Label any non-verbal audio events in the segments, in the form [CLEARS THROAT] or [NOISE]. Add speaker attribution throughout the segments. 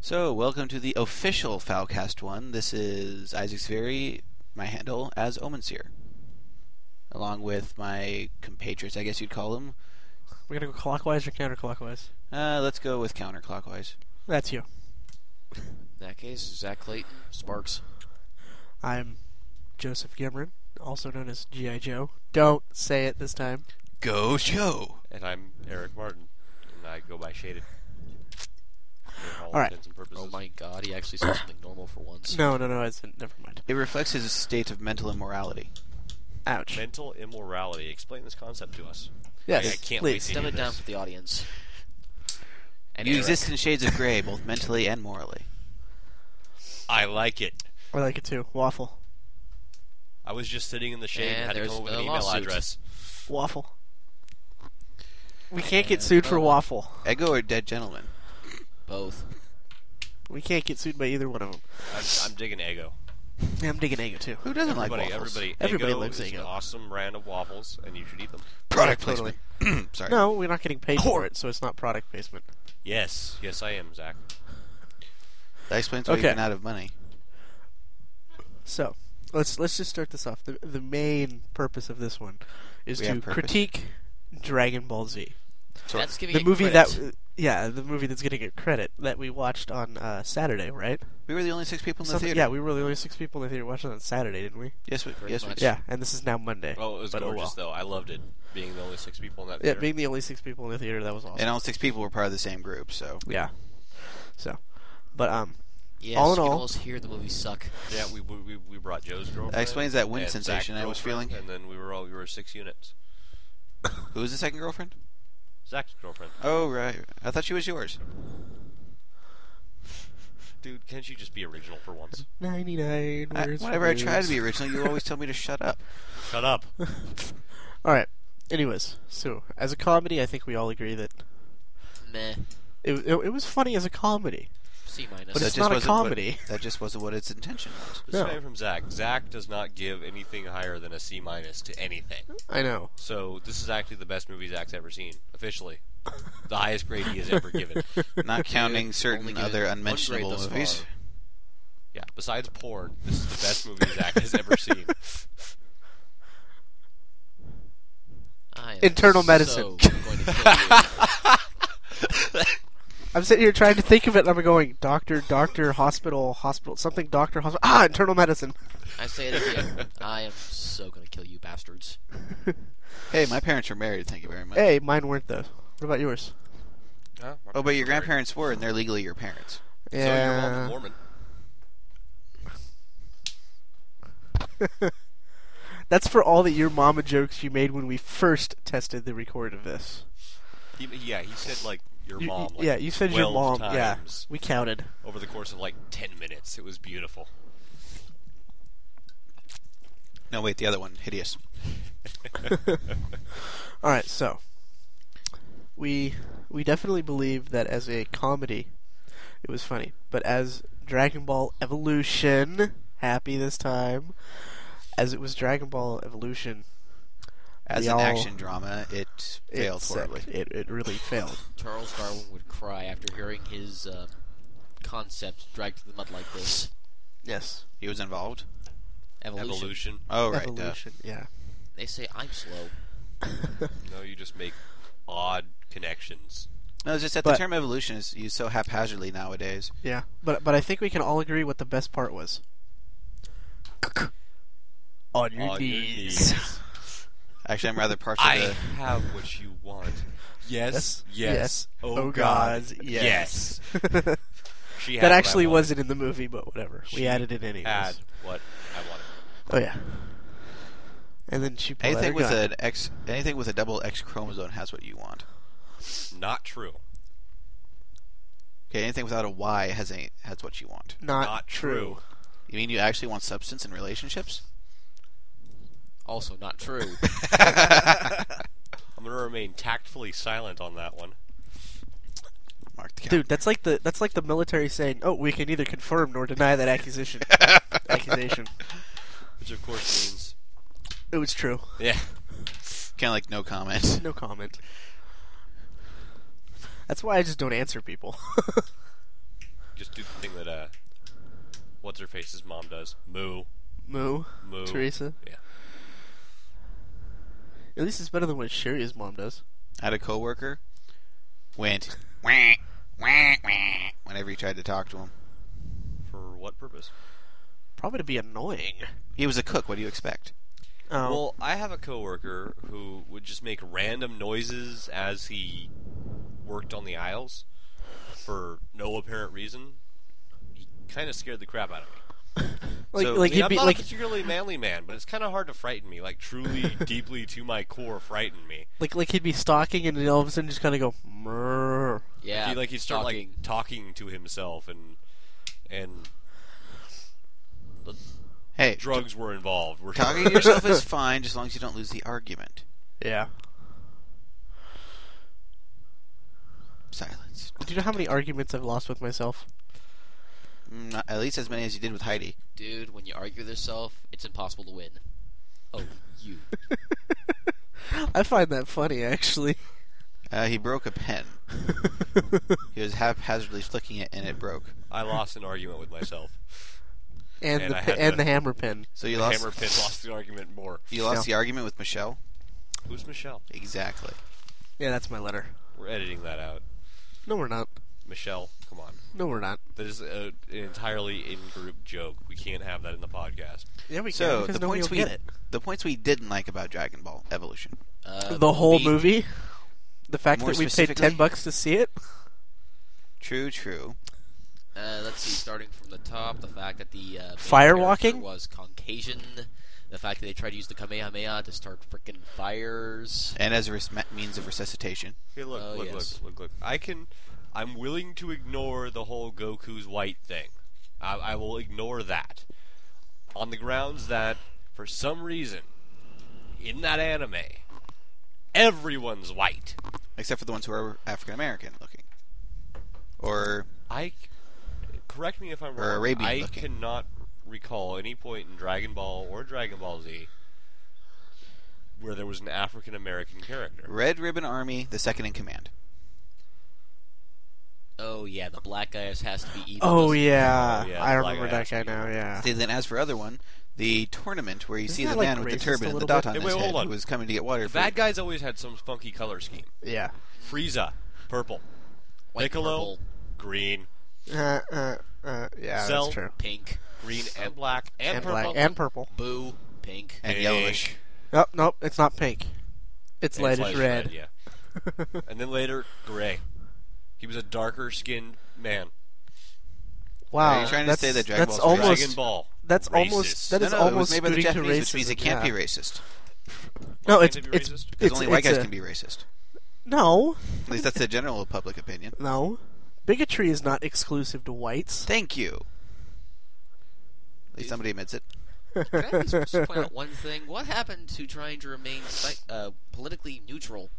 Speaker 1: So, welcome to the official Foulcast one. This is Isaac Sferry, my handle as Omenseer, along with my compatriots, I guess you'd call them.
Speaker 2: We're gonna go clockwise or counterclockwise.
Speaker 1: Uh, let's go with counterclockwise.
Speaker 2: That's you.
Speaker 3: In that case, Zach Clayton, Sparks.
Speaker 2: I'm Joseph Gimron, also known as G.I. Joe. Don't say it this time.
Speaker 1: Go Joe!
Speaker 4: And I'm Eric Martin, and I go by Shaded. For all,
Speaker 2: All right.
Speaker 4: intents and purposes.
Speaker 3: Oh my God, he actually said something normal for once.
Speaker 2: No, no, no, it's never mind.
Speaker 1: It reflects his state of mental immorality.
Speaker 2: Ouch.
Speaker 4: Mental immorality. Explain this concept to us.
Speaker 2: yes,
Speaker 4: I can't wait
Speaker 2: please.
Speaker 4: to
Speaker 3: Dumb
Speaker 4: do
Speaker 3: it down
Speaker 4: this.
Speaker 3: for the audience. And
Speaker 1: you
Speaker 3: Eric.
Speaker 1: exist in shades of gray, both mentally and morally.
Speaker 4: I like it.
Speaker 2: I like it too. Waffle.
Speaker 4: I was just sitting in the shade and,
Speaker 3: And
Speaker 4: had to
Speaker 3: there's
Speaker 4: come up with
Speaker 3: the
Speaker 4: an email
Speaker 3: lawsuit.
Speaker 4: address.
Speaker 2: Waffle. We can't get
Speaker 3: And
Speaker 2: sued for
Speaker 3: boom.
Speaker 2: waffle.
Speaker 1: Ego or dead gentleman?
Speaker 3: Both.
Speaker 2: We can't get sued by either one of them.
Speaker 4: I'm, I'm digging Ego.
Speaker 2: Yeah, I'm digging Ego too.
Speaker 1: Who doesn't
Speaker 4: Everybody,
Speaker 1: like waffles?
Speaker 4: everybody,
Speaker 2: Everybody
Speaker 4: Eggo
Speaker 2: loves
Speaker 4: is
Speaker 2: Eggo.
Speaker 4: An awesome brand of waffles, and you should eat them.
Speaker 1: Product
Speaker 2: Totally.
Speaker 1: placement. [CLEARS THROAT] Sorry.
Speaker 2: No, we're not getting paid for it, so it's not product placement.
Speaker 4: Yes, yes, I am, Zach.
Speaker 1: That explains why
Speaker 2: Okay.
Speaker 1: you've been out of money.
Speaker 2: So let's let's just start this off. The the main purpose of this one is
Speaker 1: We
Speaker 2: to
Speaker 1: have purpose.
Speaker 2: critique Dragon Ball Z,
Speaker 1: Sorry.
Speaker 3: That's giving
Speaker 2: the
Speaker 3: it
Speaker 2: movie
Speaker 3: credit.
Speaker 2: that uh, yeah, the movie that's gonna get credit that we watched on uh, Saturday, right?
Speaker 1: We were the only six people in the
Speaker 2: Something-
Speaker 1: theater.
Speaker 2: Yeah, we were the only six people in the theater watching on Saturday, didn't we?
Speaker 1: Yes, we,
Speaker 3: Pretty
Speaker 1: yes, we
Speaker 3: much.
Speaker 2: Yeah, and this is now Monday.
Speaker 4: Oh, it was
Speaker 2: But oh
Speaker 4: gorgeous, though. I loved it. Being the only six people in that
Speaker 2: Yeah,
Speaker 4: theater.
Speaker 2: being the only six people in the theater, that was awesome.
Speaker 1: And all six people were part of the same group, so.
Speaker 2: yeah. So, but um,
Speaker 3: Yes,
Speaker 2: All in
Speaker 3: you
Speaker 2: all-
Speaker 3: can almost hear the movie suck.
Speaker 4: Yeah, we, we, we, we brought Joe's girlfriend.
Speaker 1: explains that wind
Speaker 4: and Zach's
Speaker 1: sensation I was
Speaker 4: girlfriend,
Speaker 1: feeling.
Speaker 4: And then we were all we were six units.
Speaker 1: Who was the second girlfriend?
Speaker 4: Zach's girlfriend.
Speaker 1: Oh, right. I thought she was yours.
Speaker 4: Dude, can't you just be original for once?
Speaker 2: ninety nine.
Speaker 1: I- whenever I try to be original, you always tell me to shut up.
Speaker 4: Shut up.
Speaker 2: All right. Anyways, so as a comedy, I think we all agree that
Speaker 3: Meh.
Speaker 2: it it, it was funny as a comedy.
Speaker 3: C minus.
Speaker 2: [LAUGHS] But
Speaker 1: That
Speaker 2: it's
Speaker 1: just
Speaker 2: not a
Speaker 1: wasn't what-
Speaker 2: comedy.
Speaker 1: [LAUGHS] that just wasn't what its intention
Speaker 2: [LAUGHS]
Speaker 1: was.
Speaker 4: This
Speaker 2: No.
Speaker 4: came from Zach. Zach does not give anything higher than a C minus to anything.
Speaker 2: I know.
Speaker 4: So this is actually the best movie Zach's ever seen, officially. The highest grade he has ever
Speaker 3: [LAUGHS]
Speaker 4: given.
Speaker 2: [LAUGHS]
Speaker 1: Not counting
Speaker 3: only
Speaker 1: certain
Speaker 3: given
Speaker 1: other
Speaker 3: one grade
Speaker 1: unmentionable
Speaker 3: thus far.
Speaker 1: movies.
Speaker 4: Yeah. Besides porn, this is the best movie Zach has ever
Speaker 2: [LAUGHS]
Speaker 4: seen.
Speaker 3: I am
Speaker 2: Internal
Speaker 3: so
Speaker 2: medicine.
Speaker 3: going to kill [LAUGHS] you.
Speaker 2: I'm sitting here trying to think of it, and I'm going doctor, doctor, hospital, hospital, something, doctor, hospital. Ah, internal medicine. [LAUGHS]
Speaker 3: I say
Speaker 4: [LAUGHS]
Speaker 3: it again. I am so gonna kill you bastards.
Speaker 1: Hey, my parents were married. Thank you very much.
Speaker 2: Hey, mine weren't though. What about yours?
Speaker 4: Huh? My
Speaker 1: Oh, but your
Speaker 4: parents
Speaker 1: grandparents were, and they're legally your parents.
Speaker 4: were married. So your mom was Mormon.
Speaker 2: [LAUGHS] That's for all the your mama jokes you made when we first tested the record of this.
Speaker 4: He, yeah, he said like your
Speaker 2: You-
Speaker 4: mom. Like,
Speaker 2: yeah, you said your
Speaker 4: 12
Speaker 2: mom. Yeah,
Speaker 4: Times
Speaker 2: we counted.
Speaker 4: Over the course of like ten minutes, it was
Speaker 2: [LAUGHS]
Speaker 4: beautiful. [LAUGHS]
Speaker 1: No, wait, the other one, hideous.
Speaker 2: All right, so we we definitely believe that as a comedy, it was funny, but as Dragon Ball Evolution, happy this time, as it was Dragon Ball Evolution,
Speaker 1: As
Speaker 2: We
Speaker 1: an
Speaker 2: all-
Speaker 1: action drama, it
Speaker 2: it
Speaker 1: failed
Speaker 2: sucked.
Speaker 1: horribly.
Speaker 2: It it really failed.
Speaker 3: Charles Darwin would cry after hearing his um, concept dragged to the mud like this.
Speaker 2: Yes,
Speaker 1: He was involved.
Speaker 3: Evolution.
Speaker 4: Evolution.
Speaker 1: Oh, right. duh.
Speaker 2: Evolution. Yeah.
Speaker 3: They say I'm slow.
Speaker 4: No, you just make odd connections.
Speaker 1: No, it's just that the
Speaker 2: But-
Speaker 1: term evolution is used so haphazardly nowadays.
Speaker 2: Yeah, but but I think we can all agree what the best part was. On your
Speaker 4: On your
Speaker 2: knees. [LAUGHS]
Speaker 4: knees.
Speaker 1: Actually, I'm rather partial
Speaker 4: I
Speaker 1: to.
Speaker 4: have what you want. Yes. Yes.
Speaker 2: Oh, God. Yes. [LAUGHS] that
Speaker 4: She had what I
Speaker 2: actually
Speaker 4: wanted.
Speaker 2: wasn't in the movie, but whatever.
Speaker 4: She
Speaker 2: we added it anyways.
Speaker 4: Had what I wanted.
Speaker 2: Oh yeah. And then she pulled out
Speaker 1: Anything
Speaker 2: her
Speaker 1: with
Speaker 2: gun.
Speaker 1: an X, anything with a double X chromosome has what you want.
Speaker 4: Not true.
Speaker 1: Okay, anything without a Y has any, has what you want.
Speaker 2: not,
Speaker 4: Not
Speaker 2: true.
Speaker 4: true.
Speaker 1: You mean you actually want substance in
Speaker 2: [LAUGHS]
Speaker 1: relationships?
Speaker 3: Also
Speaker 4: [LAUGHS]
Speaker 3: not true.
Speaker 4: I'm gonna remain tactfully silent on that one.
Speaker 1: Mark the
Speaker 2: Dude, that's like the that's like the military saying, "Oh, we can neither confirm nor deny that accusation."
Speaker 4: [LAUGHS]
Speaker 2: accusation.
Speaker 4: Which of course means
Speaker 2: It was true.
Speaker 4: Yeah.
Speaker 1: kind of like no comment.
Speaker 2: No comment. That's why I just don't answer people.
Speaker 4: Just do the thing that uh, what's her face's mom does. Moo,
Speaker 2: [LAUGHS] Moo.
Speaker 4: moo.
Speaker 2: Teresa.
Speaker 4: Yeah.
Speaker 2: At least it's better than what Sherry's mom does.
Speaker 1: I had a coworker went wah, wah, wah, whenever you tried to talk to him.
Speaker 4: For what purpose?
Speaker 2: Probably to be annoying.
Speaker 1: He was a cook. What do you expect?
Speaker 2: Oh.
Speaker 4: Well, I have a coworker who would just make random noises as he worked on the aisles for no apparent reason. He kind of scared the crap out of me.
Speaker 2: like,
Speaker 1: so-
Speaker 4: I
Speaker 2: like
Speaker 4: mean,
Speaker 2: he'd
Speaker 4: I'm
Speaker 2: be
Speaker 4: not
Speaker 2: like,
Speaker 4: a particularly manly man, but it's kind of hard to frighten me. Like truly, deeply to my core, frighten me.
Speaker 2: like, like he'd be stalking, and then all of a sudden just kind of go. "Mrrr."
Speaker 3: Yeah.
Speaker 4: he like he'd start
Speaker 3: talking.
Speaker 4: like talking to himself and and the
Speaker 1: Hey,
Speaker 4: drugs were involved. We're
Speaker 1: talking to yourself
Speaker 2: [LAUGHS]
Speaker 1: is fine, just as long as you don't lose the argument.
Speaker 2: Yeah.
Speaker 1: Silence.
Speaker 2: Do you know how many arguments I've lost with myself? [LAUGHS]
Speaker 1: Mm, Not, at least as many as you did with Heidi.
Speaker 3: dude, when you argue with yourself, it's impossible to win. Oh, you.
Speaker 2: I find that funny, actually.
Speaker 1: Uh, he broke a pen. He was haphazardly flicking it, and it broke.
Speaker 4: I lost an argument with myself.
Speaker 2: and
Speaker 4: Man,
Speaker 2: the
Speaker 4: I
Speaker 2: pi-
Speaker 4: had
Speaker 2: and
Speaker 4: to-
Speaker 2: the hammer pin.
Speaker 1: So you
Speaker 4: The
Speaker 1: lost.
Speaker 4: Hammer pit lost the argument more.
Speaker 1: You lost
Speaker 2: Yeah.
Speaker 1: the argument with Michelle.
Speaker 4: Who's Michelle?
Speaker 1: Exactly.
Speaker 2: Yeah, that's my letter.
Speaker 4: We're editing that out.
Speaker 2: No, we're not.
Speaker 4: Michelle, come on.
Speaker 2: No, we're not.
Speaker 4: That is a, an entirely in-group joke. We can't have that in the podcast.
Speaker 2: Yeah, we
Speaker 1: So,
Speaker 2: can because
Speaker 1: the
Speaker 2: nobody
Speaker 1: points
Speaker 2: will
Speaker 1: we-
Speaker 2: get it.
Speaker 1: The points we didn't like about Dragon Ball Evolution.
Speaker 3: Uh,
Speaker 2: the whole movie. The fact
Speaker 1: More
Speaker 2: that we paid ten
Speaker 1: specifically-
Speaker 2: bucks to see it.
Speaker 1: True, true.
Speaker 3: Uh, let's see. Starting from the top, the fact that the uh, main
Speaker 2: Firewalking?
Speaker 3: character was Caucasian. The fact that they tried to use the Kamehameha to start freaking fires.
Speaker 1: And as a res- me- means of resuscitation.
Speaker 4: Here, look,
Speaker 3: Oh,
Speaker 4: look,
Speaker 3: yes.
Speaker 4: look, look, look. I can. I'm willing to ignore the whole Goku's white thing. I, I will ignore that, on the grounds that for some reason, in that anime, everyone's white.
Speaker 1: Except for the ones who are African American looking. Or
Speaker 4: I correct me if I'm
Speaker 1: Or
Speaker 4: wrong.
Speaker 1: Arabian
Speaker 4: I
Speaker 1: looking.
Speaker 4: cannot recall any point in Dragon Ball or Dragon Ball Z where there was an African American character.
Speaker 1: Red Ribbon Army, the second in command.
Speaker 3: Oh yeah, the black guy has has to be evil.
Speaker 2: Oh
Speaker 3: doesn't he?
Speaker 2: yeah,
Speaker 4: Oh, yeah,
Speaker 2: I
Speaker 4: the black
Speaker 2: remember
Speaker 4: guy
Speaker 2: that guy
Speaker 4: actually-
Speaker 2: now. Yeah.
Speaker 1: See, Then, as for other one, the tournament where you
Speaker 2: Isn't
Speaker 1: see
Speaker 2: that,
Speaker 1: the
Speaker 2: like,
Speaker 1: man with the
Speaker 2: racist
Speaker 1: turban
Speaker 2: a
Speaker 1: and the
Speaker 2: little
Speaker 1: dot
Speaker 2: bit?
Speaker 1: on
Speaker 4: Hey,
Speaker 1: his
Speaker 4: wait,
Speaker 1: head
Speaker 4: hold on.
Speaker 1: who was coming to get water.
Speaker 4: The
Speaker 1: for-
Speaker 4: bad guys always had some funky color scheme.
Speaker 2: Yeah.
Speaker 4: Frieza, purple.
Speaker 3: White,
Speaker 4: Piccolo,
Speaker 3: purple,
Speaker 4: green,
Speaker 2: Uh, uh, uh, yeah,
Speaker 4: Cell,
Speaker 2: that's true.
Speaker 3: pink,
Speaker 4: green and black and,
Speaker 2: And
Speaker 4: purple
Speaker 2: black and purple.
Speaker 3: boo,
Speaker 4: [LAUGHS]
Speaker 3: pink.
Speaker 1: and
Speaker 4: Pink.
Speaker 1: yellowish.
Speaker 2: Nope, nope, it's not pink. It's
Speaker 4: and
Speaker 2: light
Speaker 4: slight
Speaker 2: as red.
Speaker 4: yeah. and then later gray. He was a darker skinned man.
Speaker 2: [LAUGHS] Wow,
Speaker 1: Are you trying to
Speaker 2: that's,
Speaker 1: say that Dragon
Speaker 2: that's
Speaker 1: Ball's
Speaker 2: almost
Speaker 4: Dragon Ball.
Speaker 2: that's almost
Speaker 4: Racist.
Speaker 2: that is
Speaker 1: no, no, it was
Speaker 2: almost
Speaker 1: made by the
Speaker 2: scooting to
Speaker 1: Japanese, which means it
Speaker 2: racism,
Speaker 1: can't
Speaker 2: yeah.
Speaker 1: be racist.
Speaker 2: No,
Speaker 4: Why
Speaker 2: it's
Speaker 4: can't it be
Speaker 2: it's
Speaker 4: racist?
Speaker 1: Because
Speaker 2: it's
Speaker 1: only white
Speaker 2: it's
Speaker 1: guys
Speaker 2: a-
Speaker 1: can be racist.
Speaker 2: No,
Speaker 1: At least that's the general public opinion.
Speaker 2: no, bigotry is not exclusive to whites.
Speaker 1: Thank you. At least somebody admits it.
Speaker 3: Can I please
Speaker 2: [LAUGHS]
Speaker 3: just point out one thing? What happened to trying to remain psy- uh, politically neutral?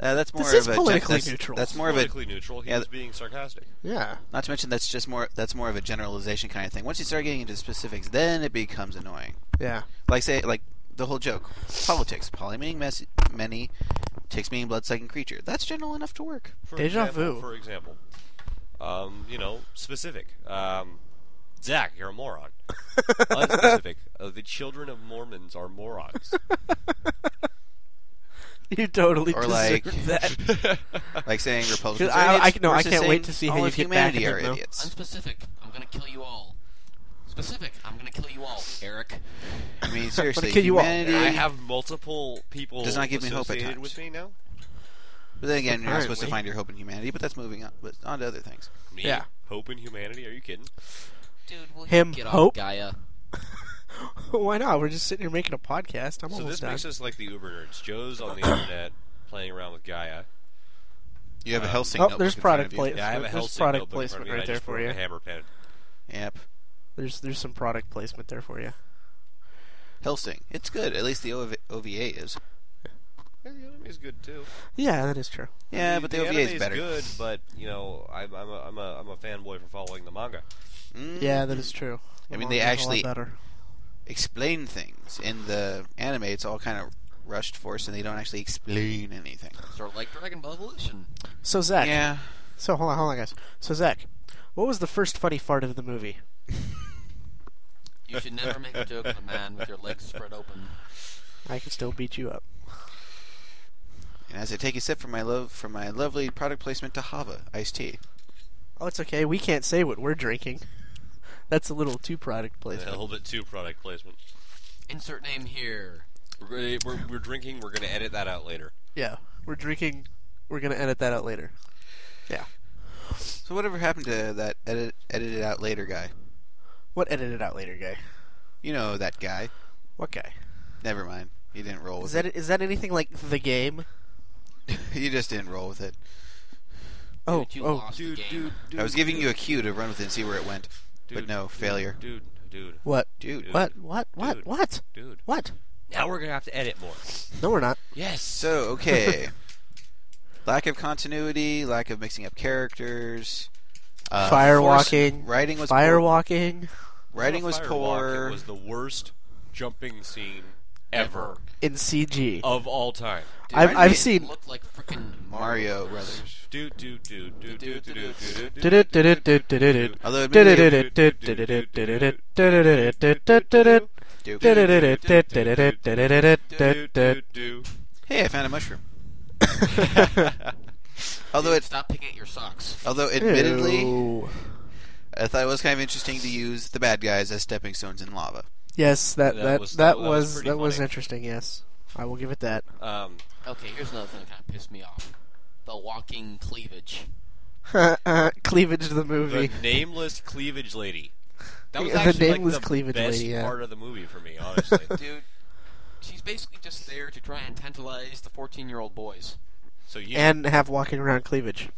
Speaker 1: Uh, that's more
Speaker 2: This
Speaker 1: of
Speaker 2: is
Speaker 1: a
Speaker 2: politically
Speaker 1: that's,
Speaker 2: neutral.
Speaker 1: That's more of a
Speaker 4: politically neutral. He
Speaker 1: yeah,
Speaker 4: was being sarcastic.
Speaker 2: Yeah,
Speaker 1: not to mention that's just more that's more of a generalization kind of thing. Once you start getting into specifics, then it becomes annoying.
Speaker 2: yeah,
Speaker 1: Like say like the whole joke, politics, poly meaning mes- many, takes meaning blood sucking creature. That's general enough to work.
Speaker 4: For
Speaker 2: Deja
Speaker 4: example,
Speaker 2: vu.
Speaker 4: For example, um, you know, specific. Um, Zach, you're a moron.
Speaker 2: [LAUGHS]
Speaker 4: Unspecific. Uh, the children of Mormons are
Speaker 2: [LAUGHS]
Speaker 4: morons.
Speaker 2: you totally
Speaker 1: Or
Speaker 2: deserve
Speaker 1: like-
Speaker 2: that.
Speaker 1: Like saying Republicans
Speaker 2: I-
Speaker 1: are
Speaker 2: I-
Speaker 1: idiots
Speaker 2: no, I
Speaker 1: versus
Speaker 2: can't
Speaker 1: saying
Speaker 2: wait to see how
Speaker 1: all
Speaker 2: you
Speaker 1: of
Speaker 2: get back
Speaker 1: humanity
Speaker 2: in
Speaker 1: are
Speaker 2: it, though. [LAUGHS]
Speaker 1: idiots.
Speaker 3: Unspecific. I'm gonna kill you all. Specific. I'm gonna kill you all, Eric.
Speaker 1: I mean seriously,
Speaker 2: kill you all.
Speaker 1: humanity.
Speaker 4: I have multiple people
Speaker 1: Does not give me hope at
Speaker 4: associated
Speaker 1: times.
Speaker 4: with me now.
Speaker 1: But then again, you're not supposed to
Speaker 2: Apparently.
Speaker 1: find your hope in humanity. But that's moving on. But on to other things.
Speaker 4: Me,
Speaker 2: Yeah.
Speaker 4: Hope in humanity? Are you kidding?
Speaker 3: Dude, will
Speaker 2: Him,
Speaker 3: you get
Speaker 2: hope.
Speaker 3: off Gaia?
Speaker 2: [LAUGHS] Why not? We're just sitting here making a podcast. I'm
Speaker 4: So this
Speaker 2: almost done.
Speaker 4: makes us like the Uber nerds. Joe's on the [COUGHS] internet playing around with Gaia.
Speaker 1: You have a
Speaker 4: Um,
Speaker 1: Helsing.
Speaker 2: oh,
Speaker 1: notebook
Speaker 2: there's
Speaker 1: in front
Speaker 2: product
Speaker 1: of you.
Speaker 2: placement.
Speaker 4: Yeah, I have a
Speaker 2: There's
Speaker 4: Helsing
Speaker 2: product
Speaker 4: notebook in front
Speaker 2: placement
Speaker 4: of me, and
Speaker 2: right
Speaker 4: I
Speaker 2: there
Speaker 4: just
Speaker 2: for
Speaker 4: put
Speaker 2: you.
Speaker 4: A hammer pen.
Speaker 1: Yep,
Speaker 2: There's there's some product placement there for you.
Speaker 1: Helsing. It's good. At least the OV- OVA is.
Speaker 4: Yeah, the anime is good too.
Speaker 2: Yeah, that is true.
Speaker 1: Yeah, but the, OVA
Speaker 4: anime
Speaker 1: is better.
Speaker 4: good, but you know, I'm, I'm, a, I'm a I'm a fanboy for following the manga.
Speaker 1: Mm.
Speaker 2: Yeah, that is true.
Speaker 1: I
Speaker 2: The
Speaker 1: mean, they
Speaker 2: manga's a lot
Speaker 1: actually-
Speaker 2: better.
Speaker 1: explain things in the anime. It's all kind of rushed force, and they don't actually explain anything.
Speaker 3: Sort of like Dragon Ball Evolution.
Speaker 2: So Zach,
Speaker 1: Yeah,
Speaker 2: so hold on, hold on, guys. So Zach, What was the first funny fart of the movie?
Speaker 3: You should never make a joke on a man with your legs spread open.
Speaker 2: I can still beat you up.
Speaker 1: And as I take a sip from my love from my lovely product placement to Hava iced tea.
Speaker 2: Oh, it's okay. We can't say what we're drinking. [LAUGHS] That's a little too product
Speaker 4: A
Speaker 2: placement.
Speaker 4: little bit too product placement.
Speaker 3: Insert name here.
Speaker 4: We're, gonna, we're, we're drinking. We're going to edit that out later.
Speaker 2: Yeah, we're drinking. We're gonna edit that out later.
Speaker 1: So whatever happened to that edit edited out later guy?
Speaker 2: What edit it out later, guy?
Speaker 1: You know that guy.
Speaker 2: What guy?
Speaker 1: Never mind. You didn't roll
Speaker 2: Is
Speaker 1: with
Speaker 2: that is that anything like the game?
Speaker 1: [LAUGHS] it. you just didn't roll with it.
Speaker 2: Oh,
Speaker 3: Dude, you
Speaker 2: oh,
Speaker 3: lost the game.
Speaker 4: dude.
Speaker 1: I was giving you a cue to run with it and see where it went.
Speaker 4: dude,
Speaker 1: but no,
Speaker 4: dude,
Speaker 1: failure.
Speaker 4: Dude, dude,
Speaker 2: what?
Speaker 1: Dude.
Speaker 2: What? What? What?
Speaker 4: Dude.
Speaker 2: What?
Speaker 4: dude.
Speaker 2: What?
Speaker 4: Now we're going to have to edit more.
Speaker 2: No, we're not.
Speaker 4: Yes.
Speaker 1: So, okay. [LAUGHS] lack of continuity, lack of mixing up characters. Uh,
Speaker 2: Firewalking.
Speaker 1: force- Writing was poor.
Speaker 2: Firewalking
Speaker 1: Writing was
Speaker 4: Firewalk,
Speaker 1: poor.
Speaker 4: It was the worst jumping scene ever
Speaker 2: in CG.
Speaker 4: of all time.
Speaker 3: Dude,
Speaker 2: I've-
Speaker 3: that
Speaker 2: I've
Speaker 3: kid
Speaker 2: seen-
Speaker 3: Looked like freaking
Speaker 1: Mario Brothers.
Speaker 4: Do do do do do do do do do do do
Speaker 2: Du-du-du-du-du-du-du.
Speaker 1: Although admittedly,
Speaker 2: Du-du-du-du-du-du-du-du-du-du-du-du-du-du-du.
Speaker 1: do.
Speaker 2: Du-du-du-du-du-du-du-du-du-du. [LAUGHS]
Speaker 4: do.
Speaker 1: Hey, I found a mushroom. Although it,
Speaker 3: Stop picking at your socks.
Speaker 1: although admittedly,
Speaker 2: Ew.
Speaker 1: I thought it was kind of interesting to use the bad guys as stepping stones in lava.
Speaker 2: Yes, that
Speaker 4: That
Speaker 2: that
Speaker 4: was-
Speaker 2: that
Speaker 4: that was
Speaker 2: was
Speaker 4: pretty
Speaker 2: that was
Speaker 4: funny.
Speaker 2: interesting. Yes, I will give it that.
Speaker 4: Um,
Speaker 3: Okay, here's another thing that kind of pissed me off. The walking cleavage.
Speaker 2: [LAUGHS] Cleavage to the
Speaker 4: the
Speaker 2: movie.
Speaker 4: nameless cleavage lady. That was
Speaker 2: The
Speaker 4: actually
Speaker 2: nameless
Speaker 4: like the
Speaker 2: cleavage
Speaker 4: best
Speaker 2: lady, yeah.
Speaker 4: part of the movie for me, honestly.
Speaker 2: [LAUGHS]
Speaker 3: Dude, she's basically just there to try and tantalize the 14-year-old boys.
Speaker 4: So you,
Speaker 2: and have walking around cleavage.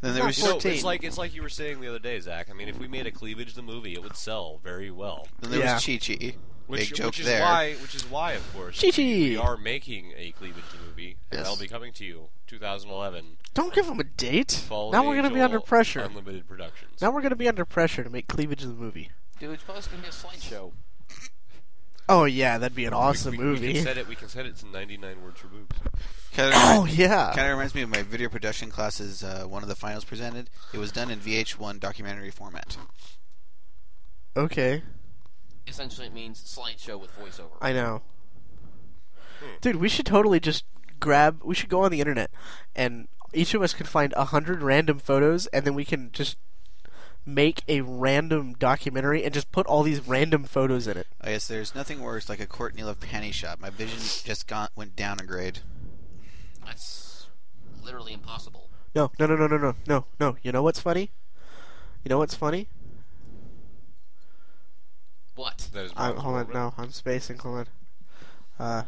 Speaker 1: Then there
Speaker 2: Not
Speaker 1: was
Speaker 4: you know,
Speaker 2: 14.
Speaker 4: it's like it's like you were saying the other day, Zach. I mean, if we made a cleavage the movie, it would sell very well.
Speaker 1: then there was Chi Chi. Big
Speaker 4: Which,
Speaker 1: joke
Speaker 4: which is
Speaker 1: there.
Speaker 4: why, which is why, of course,
Speaker 2: Chi-chi.
Speaker 4: we are making a cleavage movie, and
Speaker 2: Yes.
Speaker 4: that'll be coming to you 2011.
Speaker 2: Don't give him a date.
Speaker 4: Fall
Speaker 2: now we're gonna be
Speaker 4: Angel
Speaker 2: under pressure.
Speaker 4: Unlimited Productions.
Speaker 2: now we're gonna be under pressure to make cleavage the movie.
Speaker 3: Dude, it's supposed to be a slideshow.
Speaker 2: Oh yeah, that'd be an
Speaker 4: We-
Speaker 2: awesome
Speaker 4: we, We
Speaker 2: movie.
Speaker 4: can set it. We can set it to 99 words for boobs.
Speaker 1: Kind
Speaker 2: [COUGHS] oh
Speaker 1: of,
Speaker 2: yeah.
Speaker 1: kind of reminds me of my video production classes. Uh, one of the finals presented. It was done in VH1 documentary format.
Speaker 2: Okay,
Speaker 3: Essentially, it means slideshow with voiceover.
Speaker 2: I know.
Speaker 4: Hmm.
Speaker 2: Dude, we should totally just grab. We should go on the internet, and each of us could find a hundred random photos, and then we can just make a random documentary and just put all these random photos in it.
Speaker 1: I guess there's nothing worse like a Courtney Love panty shop. My vision just got, went down a grade.
Speaker 3: That's literally impossible.
Speaker 2: No, no, no, no, no, no, no, no. You know what's funny? You know what's funny?
Speaker 3: What?
Speaker 4: That is
Speaker 2: i
Speaker 4: Bob's
Speaker 2: hold on,
Speaker 4: World.
Speaker 2: no, I'm spacing. Hold on. Uh,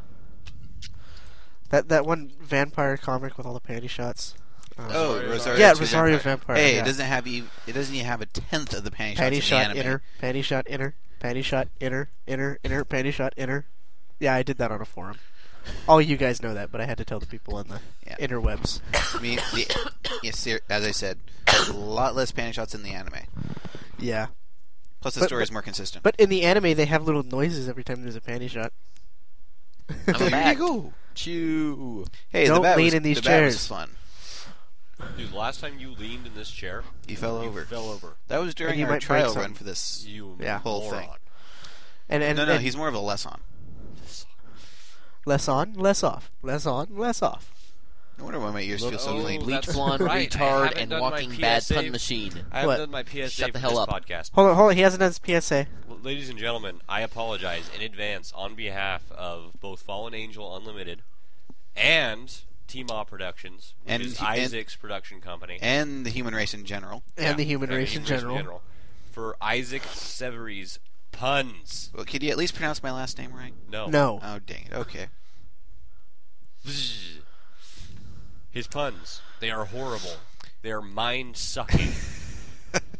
Speaker 2: that that one vampire comic with all the panty shots. Uh,
Speaker 1: Oh,
Speaker 4: Rosario
Speaker 1: Rosario.
Speaker 2: yeah,
Speaker 1: to
Speaker 2: Rosario
Speaker 1: Vampire.
Speaker 2: Vampire.
Speaker 1: Hey,
Speaker 2: yeah.
Speaker 1: it doesn't have even, it doesn't even have a tenth of the panty, shots
Speaker 2: panty
Speaker 1: in
Speaker 2: shot
Speaker 1: the anime.
Speaker 2: inner, panty shot inner, panty shot inner, inner, inner, panty shot inner. Yeah, I did that on a forum. All you guys know that, but I had to tell the people on the
Speaker 1: Yeah.
Speaker 2: interwebs.
Speaker 1: I mean, the, yes, ser- as I said, there's a lot less panty shots in the anime.
Speaker 2: Yeah,
Speaker 1: Plus, the
Speaker 2: But-
Speaker 1: story
Speaker 2: but-
Speaker 1: is more consistent.
Speaker 2: but in the anime, they have little noises every time there's a panty shot. [LAUGHS]
Speaker 3: I'm
Speaker 1: There
Speaker 3: back.
Speaker 1: you go. Chew. Hey,
Speaker 2: Don't
Speaker 1: the bat
Speaker 2: lean
Speaker 1: was,
Speaker 2: in these
Speaker 1: the bat was
Speaker 2: chairs.
Speaker 1: fun.
Speaker 4: Dude, last time you leaned in this chair,
Speaker 1: You fell
Speaker 4: you
Speaker 1: over.
Speaker 4: fell over.
Speaker 1: That was during
Speaker 2: you
Speaker 1: our
Speaker 2: might break
Speaker 1: trial
Speaker 2: something.
Speaker 1: run for this.
Speaker 4: You
Speaker 2: Yeah.
Speaker 4: moron.
Speaker 1: Whole thing.
Speaker 2: And and
Speaker 1: no, no,
Speaker 2: and
Speaker 1: he's more of a lesson.
Speaker 2: less on, less off, less on, less off.
Speaker 1: No wonder why my ears feel so
Speaker 4: Oh,
Speaker 1: clean.
Speaker 4: that's
Speaker 1: [LAUGHS]
Speaker 3: blonde,
Speaker 4: right. I
Speaker 3: retard,
Speaker 4: haven't
Speaker 3: and
Speaker 4: done my
Speaker 3: walking bad
Speaker 4: PSA.
Speaker 3: pun machine.
Speaker 4: I haven't
Speaker 2: What?
Speaker 4: done my PSA
Speaker 3: Shut
Speaker 4: for
Speaker 3: the hell
Speaker 4: this
Speaker 3: up.
Speaker 4: podcast.
Speaker 2: Hold on, hold on. He hasn't done his PSA.
Speaker 4: Well, Ladies and gentlemen, I apologize in advance on behalf of both Fallen Angel Unlimited and Team Aw Productions, which
Speaker 1: And-
Speaker 4: is
Speaker 1: and-
Speaker 4: Isaac's production company,
Speaker 1: And the human race in general.
Speaker 2: and the human
Speaker 4: and
Speaker 2: race in
Speaker 4: human
Speaker 2: general.
Speaker 4: for Isaac Severy's puns.
Speaker 1: Well, could you at least pronounce my last name right?
Speaker 4: No,
Speaker 2: No.
Speaker 1: Oh, dang it. Okay.
Speaker 4: his puns. They are horrible. They are mind
Speaker 2: [LAUGHS]
Speaker 4: sucking.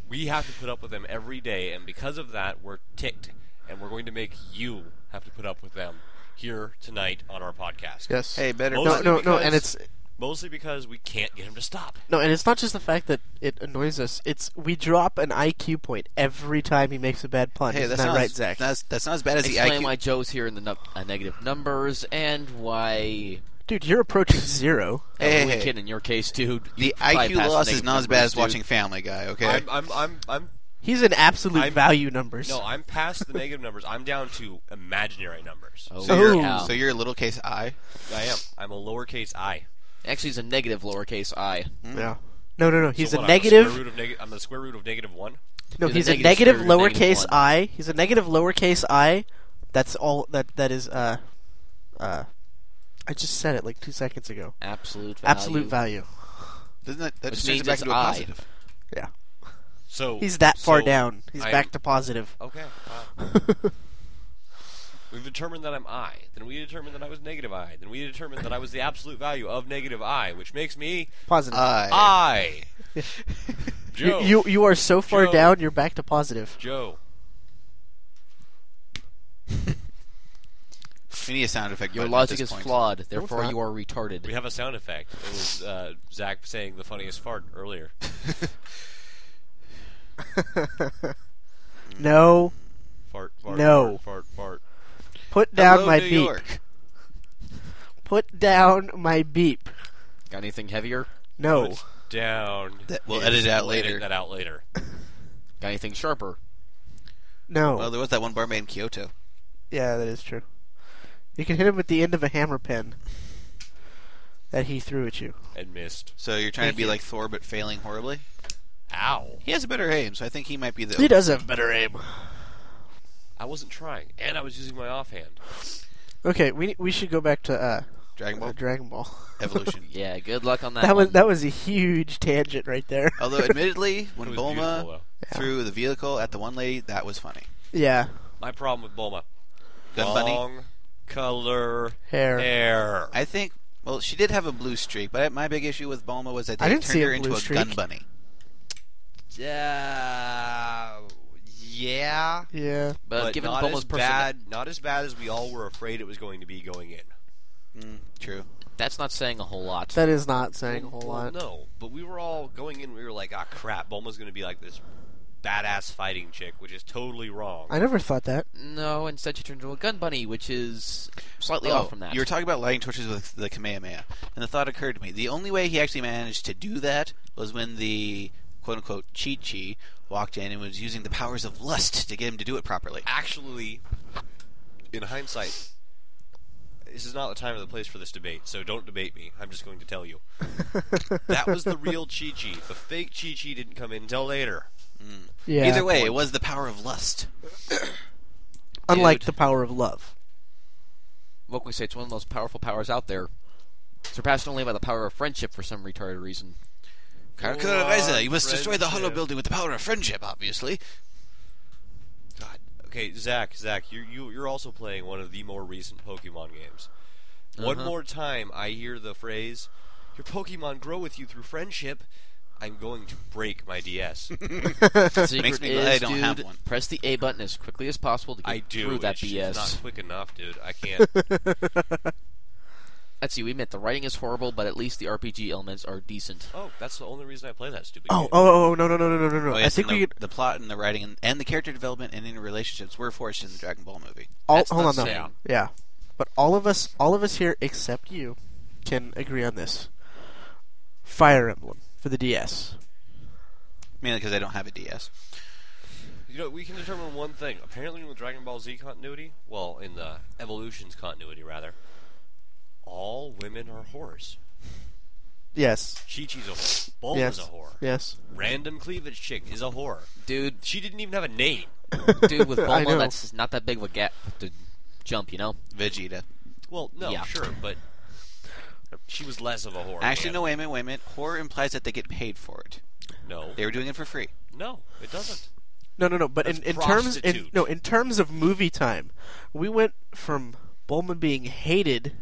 Speaker 4: we have to put up with them every day, and because of that, we're ticked, and we're going to make you have to put up with them here tonight on our podcast.
Speaker 2: yes.
Speaker 1: Hey, better.
Speaker 2: no,
Speaker 4: Mostly
Speaker 2: no, no,
Speaker 4: because-
Speaker 2: and it's
Speaker 4: Mostly because we can't get him to stop.
Speaker 2: no, and it's not just the fact that it annoys us. It's we drop an IQ point every time he makes a bad pun.
Speaker 1: Hey,
Speaker 2: Isn't
Speaker 1: that's
Speaker 2: that
Speaker 1: not
Speaker 2: right,
Speaker 1: as,
Speaker 2: Zach?
Speaker 1: That's, that's not as bad as
Speaker 3: Explain
Speaker 1: the IQ.
Speaker 3: why Joe's here in the nu- uh, negative numbers and why
Speaker 2: Dude, you're approaching zero.
Speaker 1: Hey,
Speaker 3: Hey,
Speaker 1: hey, hey.
Speaker 3: in your case, dude.
Speaker 1: The
Speaker 3: You probably
Speaker 1: IQ
Speaker 3: passed
Speaker 1: loss
Speaker 3: negative
Speaker 1: is not as bad
Speaker 3: numbers,
Speaker 1: as
Speaker 3: dude.
Speaker 1: watching Family Guy. Okay.
Speaker 4: I'm, I'm, I'm, I'm,
Speaker 2: He's in absolute
Speaker 4: I'm-
Speaker 2: value numbers.
Speaker 4: no, I'm past the negative numbers. I'm down to imaginary numbers.
Speaker 3: Oh,
Speaker 1: so, you're,
Speaker 3: yeah.
Speaker 1: so you're a little case I.
Speaker 4: I am. I'm a lowercase i.
Speaker 3: Actually, it's a negative lowercase i.
Speaker 2: yeah. No, no, no. He's
Speaker 4: So
Speaker 2: a
Speaker 4: what, I'm the,
Speaker 2: negative.
Speaker 4: square root of neg- I'm the square root of negative one.
Speaker 2: No,
Speaker 3: He's a
Speaker 2: he's a
Speaker 3: negative
Speaker 2: negative
Speaker 3: square root of negative
Speaker 2: lowercase
Speaker 3: one.
Speaker 2: i. He's a negative lowercase i. That's all. That that is. Uh, uh, I just said it like two seconds ago.
Speaker 3: Absolute value.
Speaker 2: Absolute value.
Speaker 1: Doesn't that that
Speaker 3: Which
Speaker 1: just turns it
Speaker 3: means
Speaker 1: back
Speaker 3: it's
Speaker 1: into a
Speaker 3: I.
Speaker 1: positive?
Speaker 4: So
Speaker 2: He's that far
Speaker 4: so
Speaker 2: down. He's
Speaker 4: I'm-
Speaker 2: back to positive.
Speaker 4: Okay. Wow. We've determined that I'm I. Then we determined that I was negative I. Then we determined that I was the absolute value of negative I, which makes me
Speaker 2: [LAUGHS] Positive.
Speaker 3: Ah.
Speaker 1: I.
Speaker 4: I.
Speaker 2: you,
Speaker 4: Joe.
Speaker 2: you you are so far
Speaker 4: Joe.
Speaker 2: down. You're back to [LAUGHS] positive.
Speaker 4: Joe.
Speaker 1: [LAUGHS] We need a sound effect.
Speaker 3: Your
Speaker 1: button at
Speaker 3: logic
Speaker 1: this
Speaker 3: is
Speaker 1: point. [LAUGHS]
Speaker 3: flawed, therefore
Speaker 2: not.
Speaker 3: you are
Speaker 4: We
Speaker 3: retarded.
Speaker 4: have a sound effect. It was uh, Zach saying the funniest fart earlier.
Speaker 2: No,
Speaker 4: Fart, fart,
Speaker 2: No.
Speaker 4: fart, fart, fart.
Speaker 2: put down
Speaker 1: Hello,
Speaker 2: my
Speaker 1: New
Speaker 2: beep.
Speaker 1: York.
Speaker 2: Put down my beep.
Speaker 3: Got anything heavier?
Speaker 2: No.
Speaker 4: Put down.
Speaker 1: That- we'll
Speaker 4: is-
Speaker 1: edit it out
Speaker 4: we'll edit
Speaker 1: later.
Speaker 4: that out later.
Speaker 3: Got anything sharper?
Speaker 2: No.
Speaker 1: Well, there was that one barmaid in Kyoto.
Speaker 2: yeah, that is true. You can hit him with the end of a hammer pen that he threw at you.
Speaker 4: And missed.
Speaker 1: So you're trying to
Speaker 2: Thank
Speaker 1: be
Speaker 2: you.
Speaker 1: like Thor, but failing horribly.
Speaker 4: Ow.
Speaker 1: He has a better aim, so I think he might be the.
Speaker 2: He does have better aim.
Speaker 4: I wasn't trying, and I was using my offhand.
Speaker 2: Okay, we we should go back to uh,
Speaker 1: Dragon
Speaker 2: [LAUGHS] uh,
Speaker 1: Ball
Speaker 2: Dragon Ball.
Speaker 1: Evolution.
Speaker 3: Yeah, good luck on that.
Speaker 2: That, was
Speaker 3: one.
Speaker 2: that was a huge tangent right there.
Speaker 1: Although, admittedly,
Speaker 4: It
Speaker 1: when
Speaker 4: was
Speaker 1: Bulma
Speaker 4: beautiful, though.
Speaker 1: threw the vehicle at the one lady, that was funny.
Speaker 2: [LAUGHS] yeah,
Speaker 4: My problem with Bulma.
Speaker 1: Gun Bunny.
Speaker 4: Long color
Speaker 2: hair.
Speaker 4: hair.
Speaker 1: I think. Well, she did have a blue streak, but my big issue with Bulma was that they
Speaker 2: I didn't
Speaker 1: turned
Speaker 2: see a
Speaker 1: her into
Speaker 2: blue
Speaker 1: a
Speaker 2: streak.
Speaker 1: gun bunny.
Speaker 4: Yeah, yeah,
Speaker 2: Yeah,
Speaker 3: but, given
Speaker 4: not
Speaker 3: Bulma's
Speaker 4: as
Speaker 3: person-
Speaker 4: bad, not as bad as we all were afraid it was going to be going in.
Speaker 1: Mm, true.
Speaker 3: that's not saying a whole lot.
Speaker 2: that is not saying a whole
Speaker 4: Well,
Speaker 2: lot.
Speaker 4: No, but we were all going in. We were like, ah, crap, Bulma's going to be like this badass fighting chick, which is totally wrong.
Speaker 2: I never thought that.
Speaker 3: no, instead she turned into a gun bunny, which is slightly
Speaker 1: Oh,
Speaker 3: off from that.
Speaker 1: You were talking about lighting torches with the Kamehameha, and the thought occurred to me. The only way he actually managed to do that was when the quote unquote Chi Chi walked in and was using the powers of lust to get him to do it properly.
Speaker 4: Actually, in hindsight, this is not the time or the place for this debate, so don't debate me. I'm just going to tell
Speaker 2: [LAUGHS]
Speaker 4: you. that was the real Chi Chi. The fake Chi Chi didn't come in till later.
Speaker 2: Yeah.
Speaker 1: Either way, it was the power of lust.
Speaker 2: unlike
Speaker 3: Dude.
Speaker 2: the power of love.
Speaker 3: what can we say? It's one of the most powerful powers out there, surpassed only by the power of friendship for some
Speaker 4: [LAUGHS]
Speaker 3: retarded reason.
Speaker 1: Karakura Reza, you must destroy the hollow
Speaker 4: Friendship.
Speaker 1: building with the power of friendship, obviously.
Speaker 4: God. Okay, Zach, Zach, you're you, you're also playing one of the more recent Pokemon games. One
Speaker 3: Uh-huh.
Speaker 4: more time, I hear the phrase, "Your Pokemon grow with you through friendship." I'm going to break my DS.
Speaker 3: The
Speaker 2: Oh,
Speaker 3: secret
Speaker 1: me
Speaker 3: is,
Speaker 1: glad I don't
Speaker 3: dude,
Speaker 1: have one.
Speaker 3: press the A button as quickly as possible to get
Speaker 4: I do.
Speaker 3: through that
Speaker 4: it's just
Speaker 3: BS.
Speaker 4: not quick enough, dude. I can't.
Speaker 3: Let's see, we admit the writing is horrible, but at least the RPG elements are decent.
Speaker 4: oh, that's the only reason I play that stupid.
Speaker 2: Oh,
Speaker 4: game.
Speaker 2: oh, oh, no, no, no, no, no, no.
Speaker 1: Oh,
Speaker 2: I
Speaker 1: yes,
Speaker 2: think
Speaker 1: and
Speaker 2: we
Speaker 1: the,
Speaker 2: could.
Speaker 1: the plot and the writing and, and the character development and interrelationships were forced in the Dragon Ball movie.
Speaker 2: All,
Speaker 3: That's
Speaker 2: hold
Speaker 3: not
Speaker 2: on, though.
Speaker 3: saying-
Speaker 2: Yeah, but all of us, all of us here except you, can agree on this. Fire Emblem for the DS.
Speaker 1: Mainly because I don't have a DS.
Speaker 4: You know, we can determine one thing. Apparently, in the Dragon Ball Z continuity, well, in the Evolutions continuity rather, all women are whores.
Speaker 2: Yes.
Speaker 4: Chi Chi's a whore. Bulma's
Speaker 2: yes.
Speaker 4: a whore.
Speaker 2: Yes.
Speaker 4: Random cleavage chick is a whore.
Speaker 2: [LAUGHS]
Speaker 3: Dude,
Speaker 4: She didn't even have a name.
Speaker 3: dude, with
Speaker 2: I know.
Speaker 3: Bulma, that's just not that big of a gap to jump, you know?
Speaker 1: Vegeta.
Speaker 4: Well, no,
Speaker 3: Yeah.
Speaker 4: sure, but she was less of a whore.
Speaker 1: Actually, no,
Speaker 4: man.
Speaker 1: wait a minute, wait a minute. Horror implies that they get paid for it.
Speaker 4: no,
Speaker 1: They were doing it for free.
Speaker 4: no, it doesn't.
Speaker 2: No, no, no. But in,
Speaker 4: That's
Speaker 2: in terms, in,
Speaker 4: prostitute.
Speaker 2: no, in terms of movie time, we went from Bulma being hated,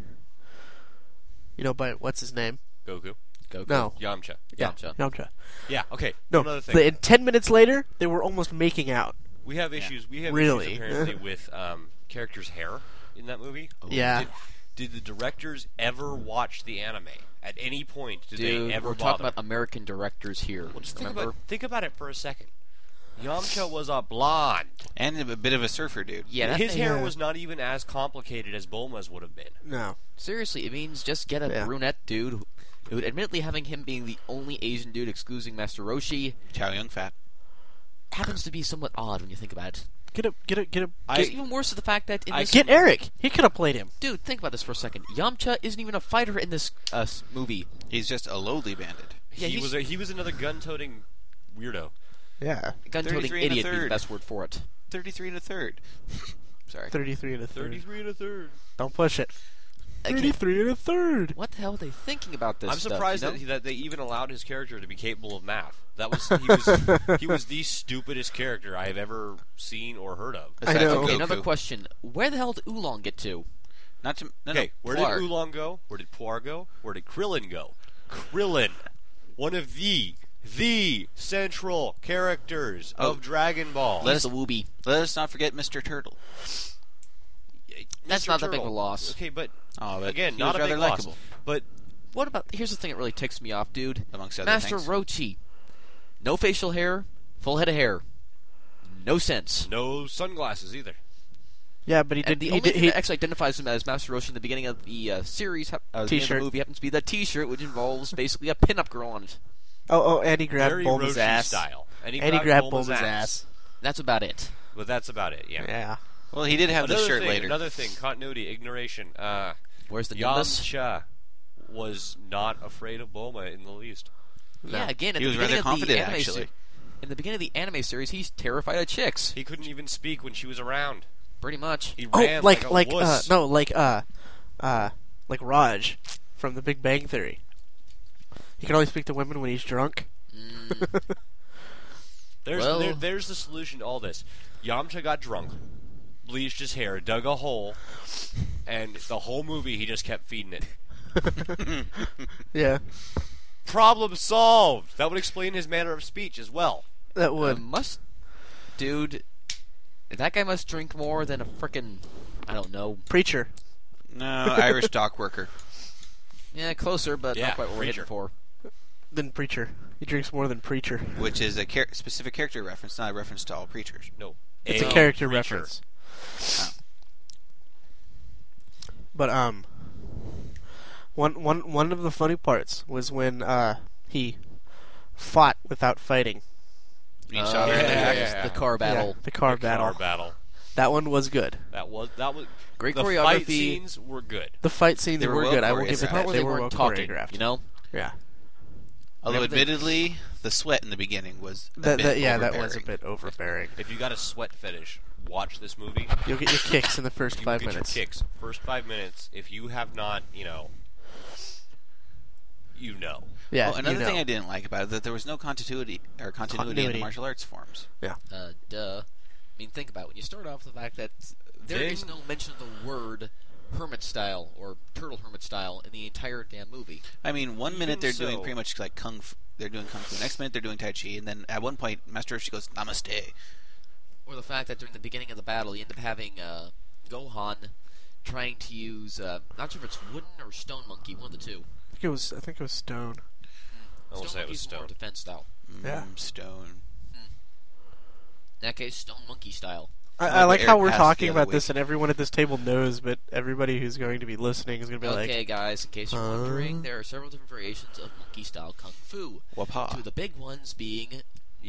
Speaker 2: you know, by what's his name?
Speaker 4: Goku,
Speaker 3: Goku.
Speaker 2: No.
Speaker 4: Yamcha.
Speaker 3: Yamcha.
Speaker 2: Yeah, Yamcha.
Speaker 4: Yeah. Okay.
Speaker 2: No.
Speaker 4: Another thing.
Speaker 2: The, in ten minutes later, they were almost making out.
Speaker 4: we have issues. We have
Speaker 2: Really?
Speaker 4: issues apparently [LAUGHS] with um, characters' hair in that movie.
Speaker 3: Oh,
Speaker 2: Oh, Yeah.
Speaker 4: Did, did the directors ever watch the anime at any point? Did
Speaker 3: Dude,
Speaker 4: they ever
Speaker 3: we're
Speaker 4: bother?
Speaker 3: talking about American directors here.
Speaker 4: Well, just think
Speaker 3: remember?
Speaker 4: about think about it for a second. Yamcha was a blonde.
Speaker 1: and a bit of a surfer dude.
Speaker 3: Yeah, that
Speaker 4: His
Speaker 3: thing-
Speaker 4: hair
Speaker 2: Yeah.
Speaker 4: was not even as complicated as Bulma's would have been.
Speaker 2: No.
Speaker 3: Seriously, it means just get a
Speaker 2: Yeah.
Speaker 3: brunette dude. Who, who- admittedly, having him being the only Asian dude excluding Master Roshi
Speaker 1: Chow Yun Fat.
Speaker 3: happens to be somewhat odd when you think about it.
Speaker 2: Get a get a get a
Speaker 3: It's
Speaker 2: get,
Speaker 3: even worse is the fact that in
Speaker 4: I
Speaker 3: this
Speaker 2: get Eric. He could have played him.
Speaker 3: dude, think about this for a second. Yamcha isn't even a fighter in this uh, s- movie.
Speaker 1: He's just a lowly bandit.
Speaker 3: Yeah,
Speaker 4: he
Speaker 3: he's-
Speaker 4: was a, he was another gun-toting weirdo.
Speaker 2: Yeah.
Speaker 3: Gun-toting
Speaker 1: 33 and a
Speaker 3: idiot is the
Speaker 1: third.
Speaker 3: best word for it.
Speaker 1: Thirty-three and a third. [LAUGHS] Sorry.
Speaker 2: Thirty-three and a third.
Speaker 4: Thirty-three and a third.
Speaker 2: Don't push it.
Speaker 3: Again,
Speaker 2: Thirty-three and a third.
Speaker 3: What the hell are they thinking about this?
Speaker 4: I'm
Speaker 3: stuff,
Speaker 4: surprised
Speaker 3: you know?
Speaker 4: that, he, that they even allowed his character to be capable of math. That was he
Speaker 3: [LAUGHS]
Speaker 4: was he was the stupidest character I have ever seen or heard of.
Speaker 2: I know.
Speaker 1: from
Speaker 3: Okay,
Speaker 1: Goku.
Speaker 3: another question. Where the hell did Oolong get to?
Speaker 1: Not to, no, no,
Speaker 4: Okay, where
Speaker 1: Plar.
Speaker 4: did Oolong go? Where did Poir go? Where did Krillin go? Krillin, one of the the central characters
Speaker 1: Oh.
Speaker 4: of Dragon Ball.
Speaker 1: Let
Speaker 3: He's
Speaker 1: us-
Speaker 3: the Wooby.
Speaker 1: Let us not forget Mr. Turtle.
Speaker 3: That's
Speaker 4: Mr.
Speaker 3: not that big of a
Speaker 4: Turtle.
Speaker 3: loss.
Speaker 4: Okay, but
Speaker 1: Oh, but
Speaker 4: again,
Speaker 1: he
Speaker 4: not
Speaker 1: was
Speaker 4: a big
Speaker 1: rather
Speaker 4: loss.
Speaker 1: likable.
Speaker 4: But
Speaker 3: What about? Here's the thing that really ticks me off, dude.
Speaker 1: Amongst other
Speaker 3: Master
Speaker 1: things.
Speaker 3: Rochi, no facial hair, full head of hair, no sense.
Speaker 4: no sunglasses either.
Speaker 2: Yeah, but he did.
Speaker 3: And the
Speaker 2: He
Speaker 3: only
Speaker 2: did.
Speaker 3: thing
Speaker 2: He,
Speaker 3: that actually identifies him as Master Roshi in the beginning of the uh, series, hap- uh, the beginning of
Speaker 2: T-shirt.
Speaker 3: the movie, happens to be that T-shirt, which involves basically a pinup girl on it.
Speaker 2: oh, oh, and he grabbed
Speaker 4: Very
Speaker 2: Bulma's
Speaker 4: Roshi
Speaker 2: ass.
Speaker 4: style. And he
Speaker 2: And he grabbed Bulma's ass.
Speaker 3: That's about it.
Speaker 4: But that's about it. Yeah.
Speaker 2: Yeah.
Speaker 1: Well, he did have the
Speaker 4: Another
Speaker 1: shirt
Speaker 4: thing,
Speaker 1: later.
Speaker 4: Another thing, continuity, ignoration. Uh,
Speaker 3: Where's the Nimbus?
Speaker 4: Yamcha was not afraid of Bulma in the least.
Speaker 3: Yeah, again, at
Speaker 1: He
Speaker 3: the
Speaker 1: was rather
Speaker 3: beginning of the
Speaker 1: confident,
Speaker 3: anime se-
Speaker 1: actually.
Speaker 3: in the beginning of the anime series, he's terrified of chicks,
Speaker 4: He couldn't even speak when she was around.
Speaker 3: pretty much.
Speaker 4: He
Speaker 2: Oh,
Speaker 4: ran
Speaker 2: like
Speaker 4: a
Speaker 2: like uh,
Speaker 4: wuss.
Speaker 2: no, like uh, uh, like Raj from The Big Bang Theory. He can only speak to women when he's
Speaker 3: [LAUGHS]
Speaker 2: drunk.
Speaker 3: Mm,
Speaker 4: There's
Speaker 3: Well-
Speaker 4: there, there's the solution to all this. Yamcha got drunk, bleached his hair, dug a hole, and the whole movie he just kept feeding it.
Speaker 2: Yeah,
Speaker 4: Problem solved. That would explain his manner of speech as well.
Speaker 2: that would.
Speaker 3: uh, must, dude, that guy must drink more than a frickin', I don't know.
Speaker 2: Preacher.
Speaker 1: [LAUGHS] No, Irish dock worker.
Speaker 3: Yeah, closer, but
Speaker 4: Yeah,
Speaker 3: not quite what we're hitting
Speaker 4: Preacher.
Speaker 3: for.
Speaker 2: than preacher. He drinks more than preacher.
Speaker 1: which is a char- specific character reference, not a reference to all preachers.
Speaker 4: No,
Speaker 2: It's
Speaker 3: Oh,
Speaker 2: a character
Speaker 4: preacher.
Speaker 2: reference. But um, one one one of the funny parts was when uh he fought without fighting.
Speaker 1: You
Speaker 3: Uh,
Speaker 1: shot her in the
Speaker 4: Oh, yeah,
Speaker 1: back.
Speaker 4: yeah.
Speaker 3: The car battle.
Speaker 2: Yeah, the car battle.
Speaker 4: Car battle.
Speaker 2: That one was good.
Speaker 4: That was that was
Speaker 3: Great
Speaker 4: the
Speaker 3: choreography.
Speaker 4: fight scenes were good.
Speaker 2: The fight scenes
Speaker 1: They
Speaker 2: were,
Speaker 1: were well
Speaker 2: good. I will
Speaker 1: choreographed.
Speaker 2: give it
Speaker 1: The part
Speaker 2: that.
Speaker 1: where
Speaker 2: They,
Speaker 3: they
Speaker 2: were well
Speaker 3: weren't talking,
Speaker 2: choreographed.
Speaker 3: you know?
Speaker 2: Yeah.
Speaker 1: Although
Speaker 3: Remember the-
Speaker 1: admittedly, the sweat in the beginning was a
Speaker 2: That,
Speaker 1: bit
Speaker 2: that, yeah, that was a
Speaker 1: overbearing.
Speaker 2: bit overbearing.
Speaker 4: If you got a sweat fetish, watch this movie.
Speaker 2: You'll get your kicks in the first
Speaker 4: You
Speaker 2: five
Speaker 4: will get
Speaker 2: minutes.
Speaker 4: your kicks. First five minutes. If you have not, you know, you know.
Speaker 2: Yeah.
Speaker 1: Oh, another
Speaker 2: you know.
Speaker 1: thing I didn't like about it that there was no continuity or continuity, in
Speaker 2: Continuity.
Speaker 1: the martial arts forms.
Speaker 3: Uh, duh. I mean, think about it. When you start off with the fact that there
Speaker 4: Then-
Speaker 3: is no mention of the word hermit style or turtle hermit style in the entire damn movie.
Speaker 1: I mean, one minute they're doing
Speaker 4: so-
Speaker 1: pretty much like kung fu. They're doing kung fu. Next minute they're doing tai chi, and then at one point, Master Roshi goes Namaste.
Speaker 3: Or the fact that during the beginning of the battle, you end up having uh, Gohan trying to use, uh, not sure if it's wooden or stone monkey, one of the two.
Speaker 2: I think it was. I think it was Stone.
Speaker 4: I will
Speaker 3: stone
Speaker 4: say it was
Speaker 3: monkey's more
Speaker 4: stone.
Speaker 3: defense style.
Speaker 1: Mm,
Speaker 2: Yeah.
Speaker 1: Stone.
Speaker 3: In that case, stone monkey style.
Speaker 2: I,
Speaker 1: Like
Speaker 2: I like
Speaker 1: the
Speaker 2: how
Speaker 1: air
Speaker 2: we're
Speaker 1: pass
Speaker 2: talking
Speaker 1: the other
Speaker 2: about this,
Speaker 1: way.
Speaker 2: and everyone at this table knows, but everybody who's going to be listening is going to be
Speaker 3: okay,
Speaker 2: like,
Speaker 3: guys, in case you're
Speaker 2: Huh?
Speaker 3: wondering, there are several different variations of monkey style kung fu. Two
Speaker 2: Ah.
Speaker 1: Wapa.
Speaker 3: of the big ones being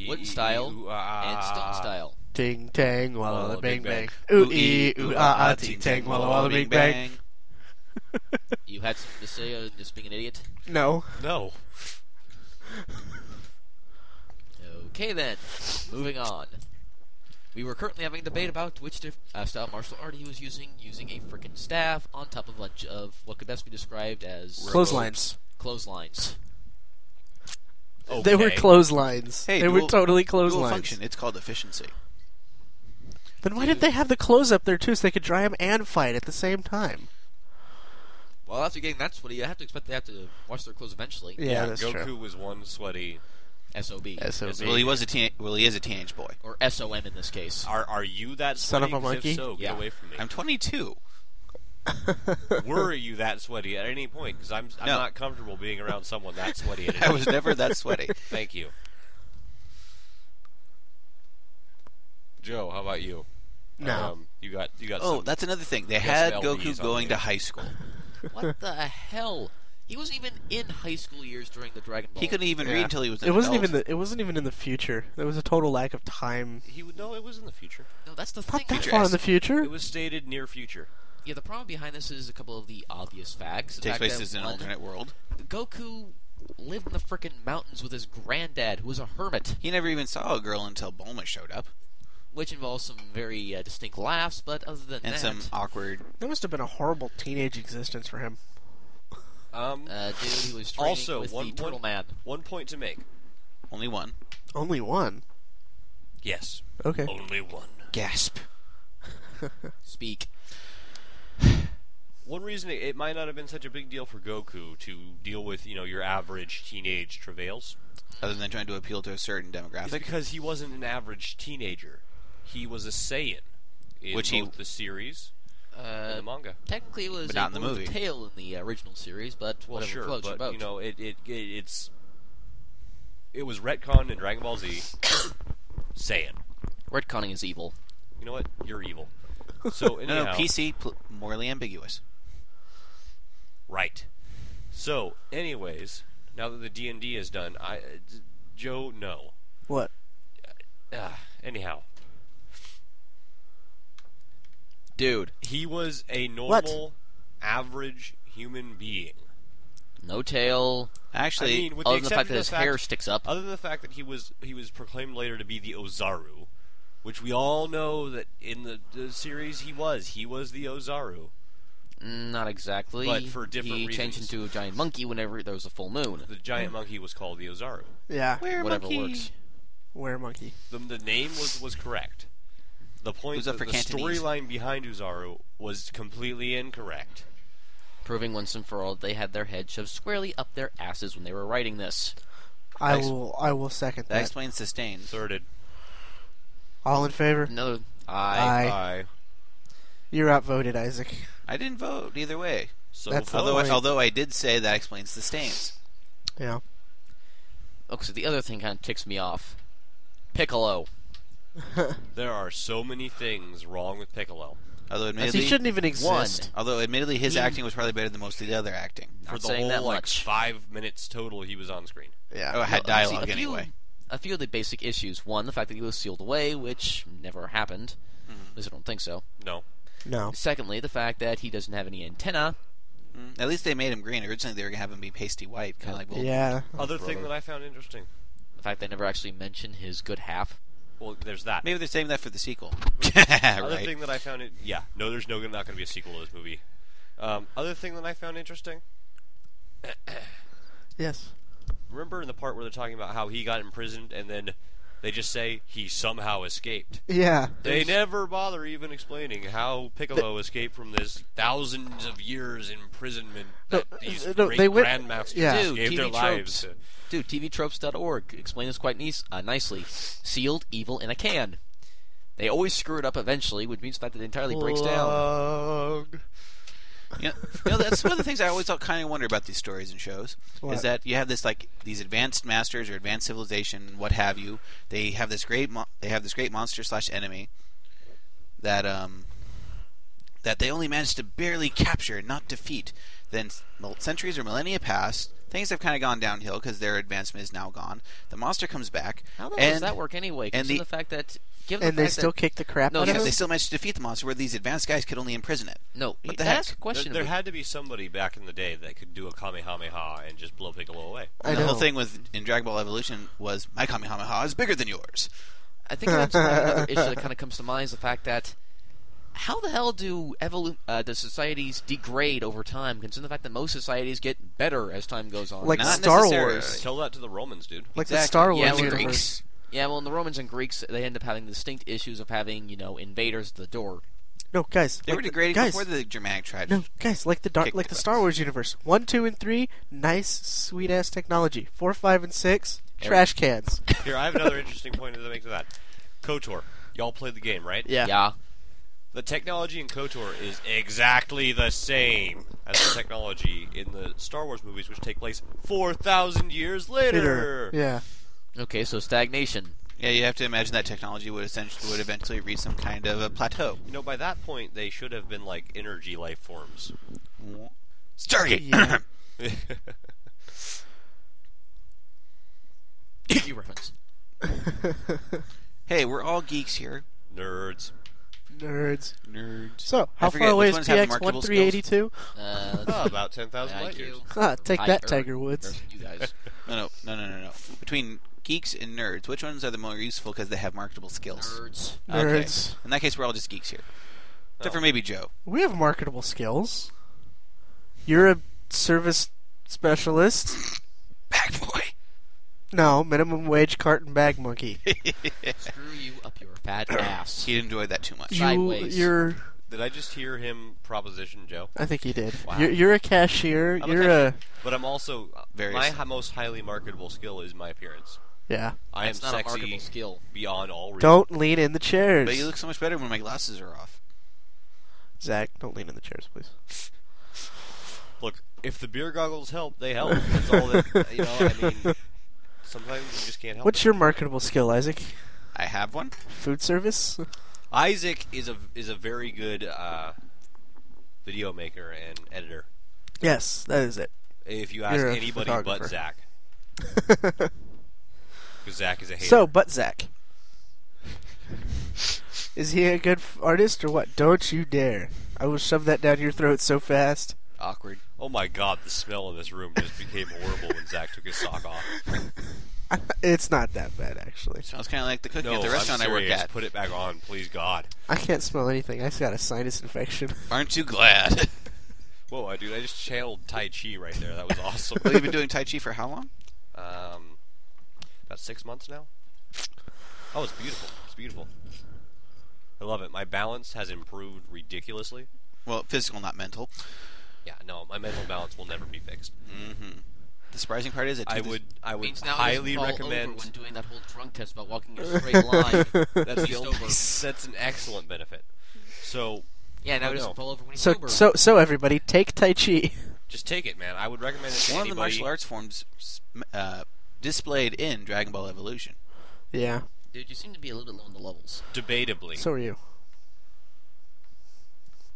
Speaker 3: wooden
Speaker 4: Ee-
Speaker 3: style
Speaker 4: ee- ooh,
Speaker 3: and stone
Speaker 4: ah.
Speaker 3: style.
Speaker 2: "Ting tang, walla
Speaker 4: Walla,
Speaker 2: walla, bang
Speaker 4: bing, bang.
Speaker 2: bang, ooh ee, ooh ah ah, ting tang, walla walla, bing bang."
Speaker 3: You had something to say on just being an idiot?
Speaker 2: No,
Speaker 4: No.
Speaker 3: Okay then, moving on. We were currently having a debate about which diff- uh, style of martial art he was using, using a freaking staff on top of a bunch of what could best be described as
Speaker 2: clotheslines.
Speaker 3: clotheslines.
Speaker 4: Okay.
Speaker 2: [LAUGHS] They were clotheslines.
Speaker 1: Hey,
Speaker 2: they were
Speaker 1: dual-
Speaker 2: totally
Speaker 1: Dual
Speaker 2: clotheslines.
Speaker 1: function. It's called efficiency.
Speaker 2: Then why did they have the clothes up there too, so they could dry them and fight at the same time?
Speaker 3: Well, after getting that sweaty, I have to expect they have to wash their clothes eventually.
Speaker 2: Yeah, that's
Speaker 4: Goku um,
Speaker 2: true.
Speaker 4: was one sweaty.
Speaker 3: Sob
Speaker 2: So
Speaker 4: Yes,
Speaker 1: Well, he was a teen- well, he is a teenage boy.
Speaker 3: or som in this case.
Speaker 4: Are are you that
Speaker 2: Son
Speaker 4: sweaty?
Speaker 2: of a
Speaker 4: 'Cause if
Speaker 2: monkey?
Speaker 4: so,
Speaker 3: Yeah.
Speaker 4: get away
Speaker 2: [LAUGHS]
Speaker 4: from me.
Speaker 1: I'm 22.
Speaker 4: Were you that sweaty at any point? Because I'm I'm
Speaker 1: No.
Speaker 4: not comfortable being around someone [LAUGHS]
Speaker 2: [LAUGHS]
Speaker 4: that sweaty. At any
Speaker 1: I was never that sweaty.
Speaker 4: Thank you. Joe, how about you?
Speaker 2: No.
Speaker 4: Um, you got you got.
Speaker 1: Oh,
Speaker 4: some-
Speaker 1: that's another thing. They
Speaker 4: got
Speaker 1: had
Speaker 4: some
Speaker 1: Goku
Speaker 4: LBs on
Speaker 1: going
Speaker 4: me.
Speaker 1: to high school.
Speaker 3: What the hell? He wasn't even in high school years during the Dragon Ball.
Speaker 1: He couldn't even read
Speaker 2: Yeah.
Speaker 1: until he was. An
Speaker 2: it wasn't
Speaker 1: adult.
Speaker 2: even the, it wasn't even in the future. There was a total lack of time.
Speaker 4: He would know it was in the future.
Speaker 3: No, that's the
Speaker 2: Not
Speaker 3: thing.
Speaker 2: that
Speaker 3: is-
Speaker 2: far in the future.
Speaker 4: It was stated near future.
Speaker 3: Yeah, the problem behind this is a couple of the obvious facts. The
Speaker 1: takes
Speaker 3: fact
Speaker 1: place
Speaker 3: that
Speaker 1: as an
Speaker 3: one,
Speaker 1: alternate world.
Speaker 3: Goku lived in the frickin' mountains with his granddad, who was a hermit,
Speaker 1: He never even saw a girl until Bulma showed up,
Speaker 3: which involves some very uh, distinct laughs. But other than
Speaker 1: and
Speaker 3: that,
Speaker 1: some awkward.
Speaker 2: That must have been a horrible teenage existence for him.
Speaker 4: Um,
Speaker 3: uh, dude, he was training
Speaker 4: also
Speaker 3: with
Speaker 4: one
Speaker 3: the Turtle
Speaker 4: one-
Speaker 3: Man.
Speaker 4: one point to make.
Speaker 1: Only one
Speaker 2: Only one.
Speaker 4: Yes,
Speaker 2: Okay.
Speaker 4: only one.
Speaker 1: gasp.
Speaker 3: Speak.
Speaker 4: One reason it, it might not have been such a big deal for Goku to deal with, you know, your average teenage travails
Speaker 1: Other than trying to appeal to a certain
Speaker 4: is
Speaker 1: demographic,
Speaker 4: because he wasn't an average teenager. He was a Saiyan in
Speaker 1: Which he-
Speaker 4: both the series and
Speaker 3: Uh,
Speaker 4: the manga.
Speaker 3: technically, it was
Speaker 1: But
Speaker 3: a
Speaker 1: not in the
Speaker 3: blue
Speaker 1: movie.
Speaker 3: tail in the uh, original series, but
Speaker 4: Well,
Speaker 3: whatever
Speaker 4: sure,
Speaker 3: floats your
Speaker 4: but
Speaker 3: boat.
Speaker 4: you know, it, it it it's it was retconned in Dragon Ball Z. [COUGHS] Saiyan,
Speaker 3: Retconning is evil.
Speaker 4: you know what? You're evil.
Speaker 3: [LAUGHS]
Speaker 4: So anyhow,
Speaker 1: no, no, PC pl- morally ambiguous.
Speaker 4: Right. So, anyways, now that the D and D is done, I uh, d- Joe no.
Speaker 2: What?
Speaker 4: Uh,
Speaker 3: Ah.
Speaker 4: anyhow,
Speaker 3: Dude.
Speaker 4: he was a normal, average human being.
Speaker 3: No tail.
Speaker 1: Actually,
Speaker 4: I mean, with
Speaker 3: other
Speaker 4: the
Speaker 3: than the fact
Speaker 4: exception
Speaker 3: that
Speaker 4: of
Speaker 3: his
Speaker 4: the fact,
Speaker 3: hair sticks up.
Speaker 4: other than the fact that he was he was proclaimed later to be the Ozaru, which we all know that in the, the series he was he was the Ozaru,
Speaker 3: Mm, Not exactly.
Speaker 4: But for different
Speaker 3: he changed
Speaker 4: reasons.
Speaker 3: into a giant monkey whenever there was a full moon.
Speaker 4: the giant monkey was called the Ozaru.
Speaker 2: Yeah.
Speaker 1: where
Speaker 3: Whatever
Speaker 1: monkey?
Speaker 3: works.
Speaker 2: Were monkey.
Speaker 4: The, the name was was correct. The point
Speaker 1: was up
Speaker 4: the, the
Speaker 1: for Cantonese.
Speaker 4: storyline behind Ozaru was completely incorrect.
Speaker 3: Proving once and for all that they had their head shoved squarely up their asses when they were writing this.
Speaker 2: I
Speaker 1: Nice.
Speaker 2: will. I will second
Speaker 1: That
Speaker 2: that.
Speaker 1: explains sustained.
Speaker 4: Thirded.
Speaker 2: All in favor?
Speaker 3: Another. uh,
Speaker 2: Aye.
Speaker 3: I.
Speaker 1: Uh,
Speaker 4: Aye.
Speaker 2: You're outvoted, Isaac.
Speaker 1: I didn't vote either way.
Speaker 4: So
Speaker 2: That's
Speaker 4: vote.
Speaker 2: Oh,
Speaker 1: although, I,
Speaker 2: wait.
Speaker 1: although I did say that explains the stains.
Speaker 2: Yeah.
Speaker 3: Okay, so the other thing kind of ticks me off. Piccolo.
Speaker 4: there are so many things wrong with Piccolo.
Speaker 1: Although
Speaker 2: As
Speaker 1: admittedly,
Speaker 2: he shouldn't even exist.
Speaker 1: although admittedly, his
Speaker 3: He-
Speaker 1: acting was probably better than most of the other acting.
Speaker 3: Not
Speaker 4: For the
Speaker 3: saying
Speaker 4: whole
Speaker 3: that
Speaker 4: like
Speaker 3: much.
Speaker 4: five minutes total, he was on screen.
Speaker 2: Yeah.
Speaker 1: Oh, I had
Speaker 3: No, see,
Speaker 1: dialogue
Speaker 3: a few-
Speaker 1: anyway.
Speaker 3: A few of the basic issues. One, the fact that he was sealed away, which never happened.
Speaker 4: Mm-hmm.
Speaker 3: At least I don't think so.
Speaker 4: No,
Speaker 2: No.
Speaker 3: Secondly, the fact that he doesn't have any antenna.
Speaker 1: Mm, At least they made him green. Originally, they were gonna have him be pasty white, kind of like Voltron.
Speaker 2: Yeah.
Speaker 4: other thing
Speaker 3: Oh, brother.
Speaker 4: that I found interesting.
Speaker 3: The fact they never actually mention his good half.
Speaker 4: Well, there's that.
Speaker 1: Maybe they're saving that for the sequel. [LAUGHS]
Speaker 4: Other
Speaker 1: right.
Speaker 4: thing that I found it. Yeah, no, there's no not going to be a sequel to this movie. Um, other thing that I found interesting.
Speaker 2: Yes.
Speaker 4: Remember in the part where they're talking about how he got imprisoned and then they just say he somehow escaped.
Speaker 2: Yeah.
Speaker 4: They never bother even explaining how Piccolo escaped from this thousands of years imprisonment
Speaker 2: No,
Speaker 4: that these
Speaker 2: uh, no,
Speaker 4: great
Speaker 2: they went-
Speaker 4: grandmasters
Speaker 2: yeah.
Speaker 3: Dude,
Speaker 4: gave
Speaker 3: TV
Speaker 4: their lives.
Speaker 3: tropes. Dude, TVTropes.org explain this quite nice, uh, nicely. Sealed, evil in a can. They always screw it up eventually, which means the fact that it entirely breaks down.
Speaker 4: Plug.
Speaker 1: You know, you know, that's one of the things I always kind of wonder about these stories and shows is
Speaker 2: What?
Speaker 1: that you have this like these advanced masters or advanced civilization, what have you. They have this great mo- they have this great monster slash enemy that um that they only managed to barely capture, not defeat. Then s- mil- centuries or millennia pass. Things have kind of gone downhill because their advancement is now gone. The monster comes back,
Speaker 3: How the hell
Speaker 1: and
Speaker 3: does that work anyway?
Speaker 1: and
Speaker 3: Considering
Speaker 1: the-
Speaker 3: the, fact that given
Speaker 2: And
Speaker 3: the
Speaker 2: they
Speaker 3: fact
Speaker 2: still
Speaker 3: that,
Speaker 2: kick the crap
Speaker 3: No,
Speaker 2: out
Speaker 1: yeah,
Speaker 2: of
Speaker 3: because
Speaker 1: they
Speaker 2: him.
Speaker 1: still managed to defeat the monster, where these advanced guys could only imprison it.
Speaker 3: no,
Speaker 1: What the
Speaker 3: that's
Speaker 1: heck?
Speaker 3: a question.
Speaker 4: There
Speaker 3: We-
Speaker 4: had to be somebody back in the day that could do a Kamehameha and just blow Piccolo away.
Speaker 2: I
Speaker 1: the
Speaker 2: know.
Speaker 1: whole thing with in Dragon Ball Evolution was my Kamehameha is bigger than yours.
Speaker 3: I think
Speaker 1: [LAUGHS]
Speaker 3: that's another issue that kind of comes to mind is the fact that how the hell do evolu- uh, the societies degrade over time? Considering the fact that most societies get better as time goes on.
Speaker 2: Like
Speaker 1: Not
Speaker 2: Star
Speaker 1: necessarily.
Speaker 2: Wars.
Speaker 4: Tell that to the Romans, dude.
Speaker 2: Like the
Speaker 1: Exactly.
Speaker 2: Star Wars
Speaker 3: Yeah, like
Speaker 2: universe.
Speaker 1: Greeks.
Speaker 3: yeah, well, in the Romans and Greeks, they end up having distinct issues of having you know invaders at the door.
Speaker 2: No, guys.
Speaker 1: They
Speaker 2: like
Speaker 1: were
Speaker 2: the-
Speaker 1: degrading
Speaker 2: guys,
Speaker 1: before the Germanic tribes.
Speaker 2: No, guys, like the dark,
Speaker 1: Kick
Speaker 2: like the
Speaker 1: the
Speaker 2: Star
Speaker 1: butts.
Speaker 2: Wars universe. One, two, and three, nice, sweet ass technology. Four, five, and six, trash cans.
Speaker 4: Here, I have another interesting point to make to that. KOTOR. Y'all played the game, right?
Speaker 2: Yeah.
Speaker 3: yeah.
Speaker 4: The technology in KOTOR is exactly the same as the technology in the Star Wars movies, which take place 4,000 years later.
Speaker 2: Later. Yeah.
Speaker 3: Okay, so stagnation.
Speaker 1: Yeah, you have to imagine that technology would essentially would eventually reach some kind of a plateau.
Speaker 4: You know, by that point, they should have been like energy life forms.
Speaker 1: Stargate.
Speaker 2: Yeah.
Speaker 3: Geeky [LAUGHS] reference.
Speaker 1: [COUGHS] hey, we're all geeks here.
Speaker 3: [LAUGHS]
Speaker 4: Nerds.
Speaker 2: Nerds.
Speaker 1: Nerds.
Speaker 2: So, how
Speaker 1: forget
Speaker 2: far away
Speaker 1: which
Speaker 2: is
Speaker 1: ones have
Speaker 2: PX
Speaker 1: remarkable
Speaker 2: one
Speaker 1: skills.
Speaker 2: three eighty two?
Speaker 3: Uh, let's
Speaker 4: Oh, about 10,000
Speaker 3: Thank
Speaker 4: light years.
Speaker 3: you.
Speaker 2: Ah, take
Speaker 3: High
Speaker 2: that,
Speaker 3: Earth
Speaker 2: Tiger Woods.
Speaker 3: versus You [LAUGHS] guys.
Speaker 1: No, no, no, no, no, no. Between geeks and nerds, which ones are the more useful because they have marketable skills?
Speaker 3: Nerds.
Speaker 1: Okay.
Speaker 2: Nerds.
Speaker 1: In that case, we're all just geeks here, except for maybe Joe.
Speaker 2: We have marketable skills. You're a service specialist.
Speaker 1: Back boy.
Speaker 2: No, minimum wage cart and bag
Speaker 4: [LAUGHS]
Speaker 2: monkey.
Speaker 3: Screw you up your [COUGHS] fat ass.
Speaker 1: He enjoyed that too much.
Speaker 2: You,
Speaker 3: Sideways.
Speaker 2: you're.
Speaker 4: Did I just hear him proposition Joe?
Speaker 2: I think you did.
Speaker 4: Wow.
Speaker 2: You're, you're a cashier.
Speaker 4: I'm a
Speaker 2: you're
Speaker 4: cashier. But I'm also
Speaker 1: Very
Speaker 4: my
Speaker 1: simple.
Speaker 4: hi- most highly marketable skill is my appearance.
Speaker 2: yeah.
Speaker 4: I am
Speaker 3: That's not a
Speaker 4: sexy
Speaker 3: marketable skill.
Speaker 4: beyond all reason.
Speaker 2: Don't lean in the chairs.
Speaker 1: But you look so much better when my glasses are off.
Speaker 2: Zach, don't lean in the chairs,
Speaker 4: [LAUGHS]
Speaker 2: please.
Speaker 4: Look, if the beer goggles help, they help. That's all that [LAUGHS] you
Speaker 2: [LAUGHS]
Speaker 4: know. I mean, sometimes you just can't help.
Speaker 2: What's your marketable skill, Isaac?
Speaker 1: I have one.
Speaker 4: [LAUGHS]
Speaker 2: Food service?
Speaker 4: it. Isaac is a is a very good uh, video maker and editor.
Speaker 2: Yes, that is it.
Speaker 4: If you ask
Speaker 2: You're a
Speaker 4: anybody but
Speaker 2: photographer.
Speaker 4: Zach,
Speaker 2: [LAUGHS]
Speaker 4: because Zach is a hater.
Speaker 2: so, but Zach. Is he a good f- artist or what? Don't you dare. I will shove that down your throat so fast.
Speaker 1: Awkward.
Speaker 4: oh my god, the smell in this room just became horrible when Zach took his sock off.
Speaker 2: [LAUGHS] It's not that bad, actually.
Speaker 1: Sounds kind of like the cooking
Speaker 4: No,
Speaker 1: at the restaurant
Speaker 4: I'm
Speaker 1: I work
Speaker 4: serious.
Speaker 1: at.
Speaker 4: Put it back on, please, God.
Speaker 2: I can't smell anything. I've got a sinus infection.
Speaker 1: Aren't
Speaker 4: [LAUGHS]
Speaker 1: you glad?
Speaker 4: Whoa, I- dude, I just channeled Tai Chi right there. That was awesome.
Speaker 1: well, you've been doing Tai Chi for how long?
Speaker 4: um, about six months now. Oh, it's beautiful. It's beautiful. I love it. My balance has improved ridiculously.
Speaker 1: Well, physical, not mental.
Speaker 4: Yeah, no, my mental balance will never be fixed.
Speaker 1: hmm The surprising part is it.
Speaker 4: Mm-hmm. I
Speaker 1: took this-
Speaker 4: would, I would
Speaker 3: Means now he doesn't
Speaker 4: highly
Speaker 3: fall
Speaker 4: recommend. [LAUGHS]
Speaker 3: Over when doing that whole drunk test about walking in
Speaker 2: [LAUGHS]
Speaker 3: a straight line.
Speaker 4: that's the
Speaker 3: He's
Speaker 4: only,
Speaker 3: sober.
Speaker 4: That's an excellent benefit. So,
Speaker 3: Yeah, now
Speaker 4: Oh,
Speaker 3: he doesn't
Speaker 4: no.
Speaker 3: fall over when he's
Speaker 2: So,
Speaker 3: sober.
Speaker 2: so, so everybody, take Tai Chi.
Speaker 4: just take it, man. I would recommend it to
Speaker 1: one of the
Speaker 4: anybody.
Speaker 1: martial arts forms uh, displayed in Dragon Ball Evolution.
Speaker 2: Yeah,
Speaker 3: Dude, you seem to be a little bit low on the levels.
Speaker 4: Debatably,
Speaker 2: so are you.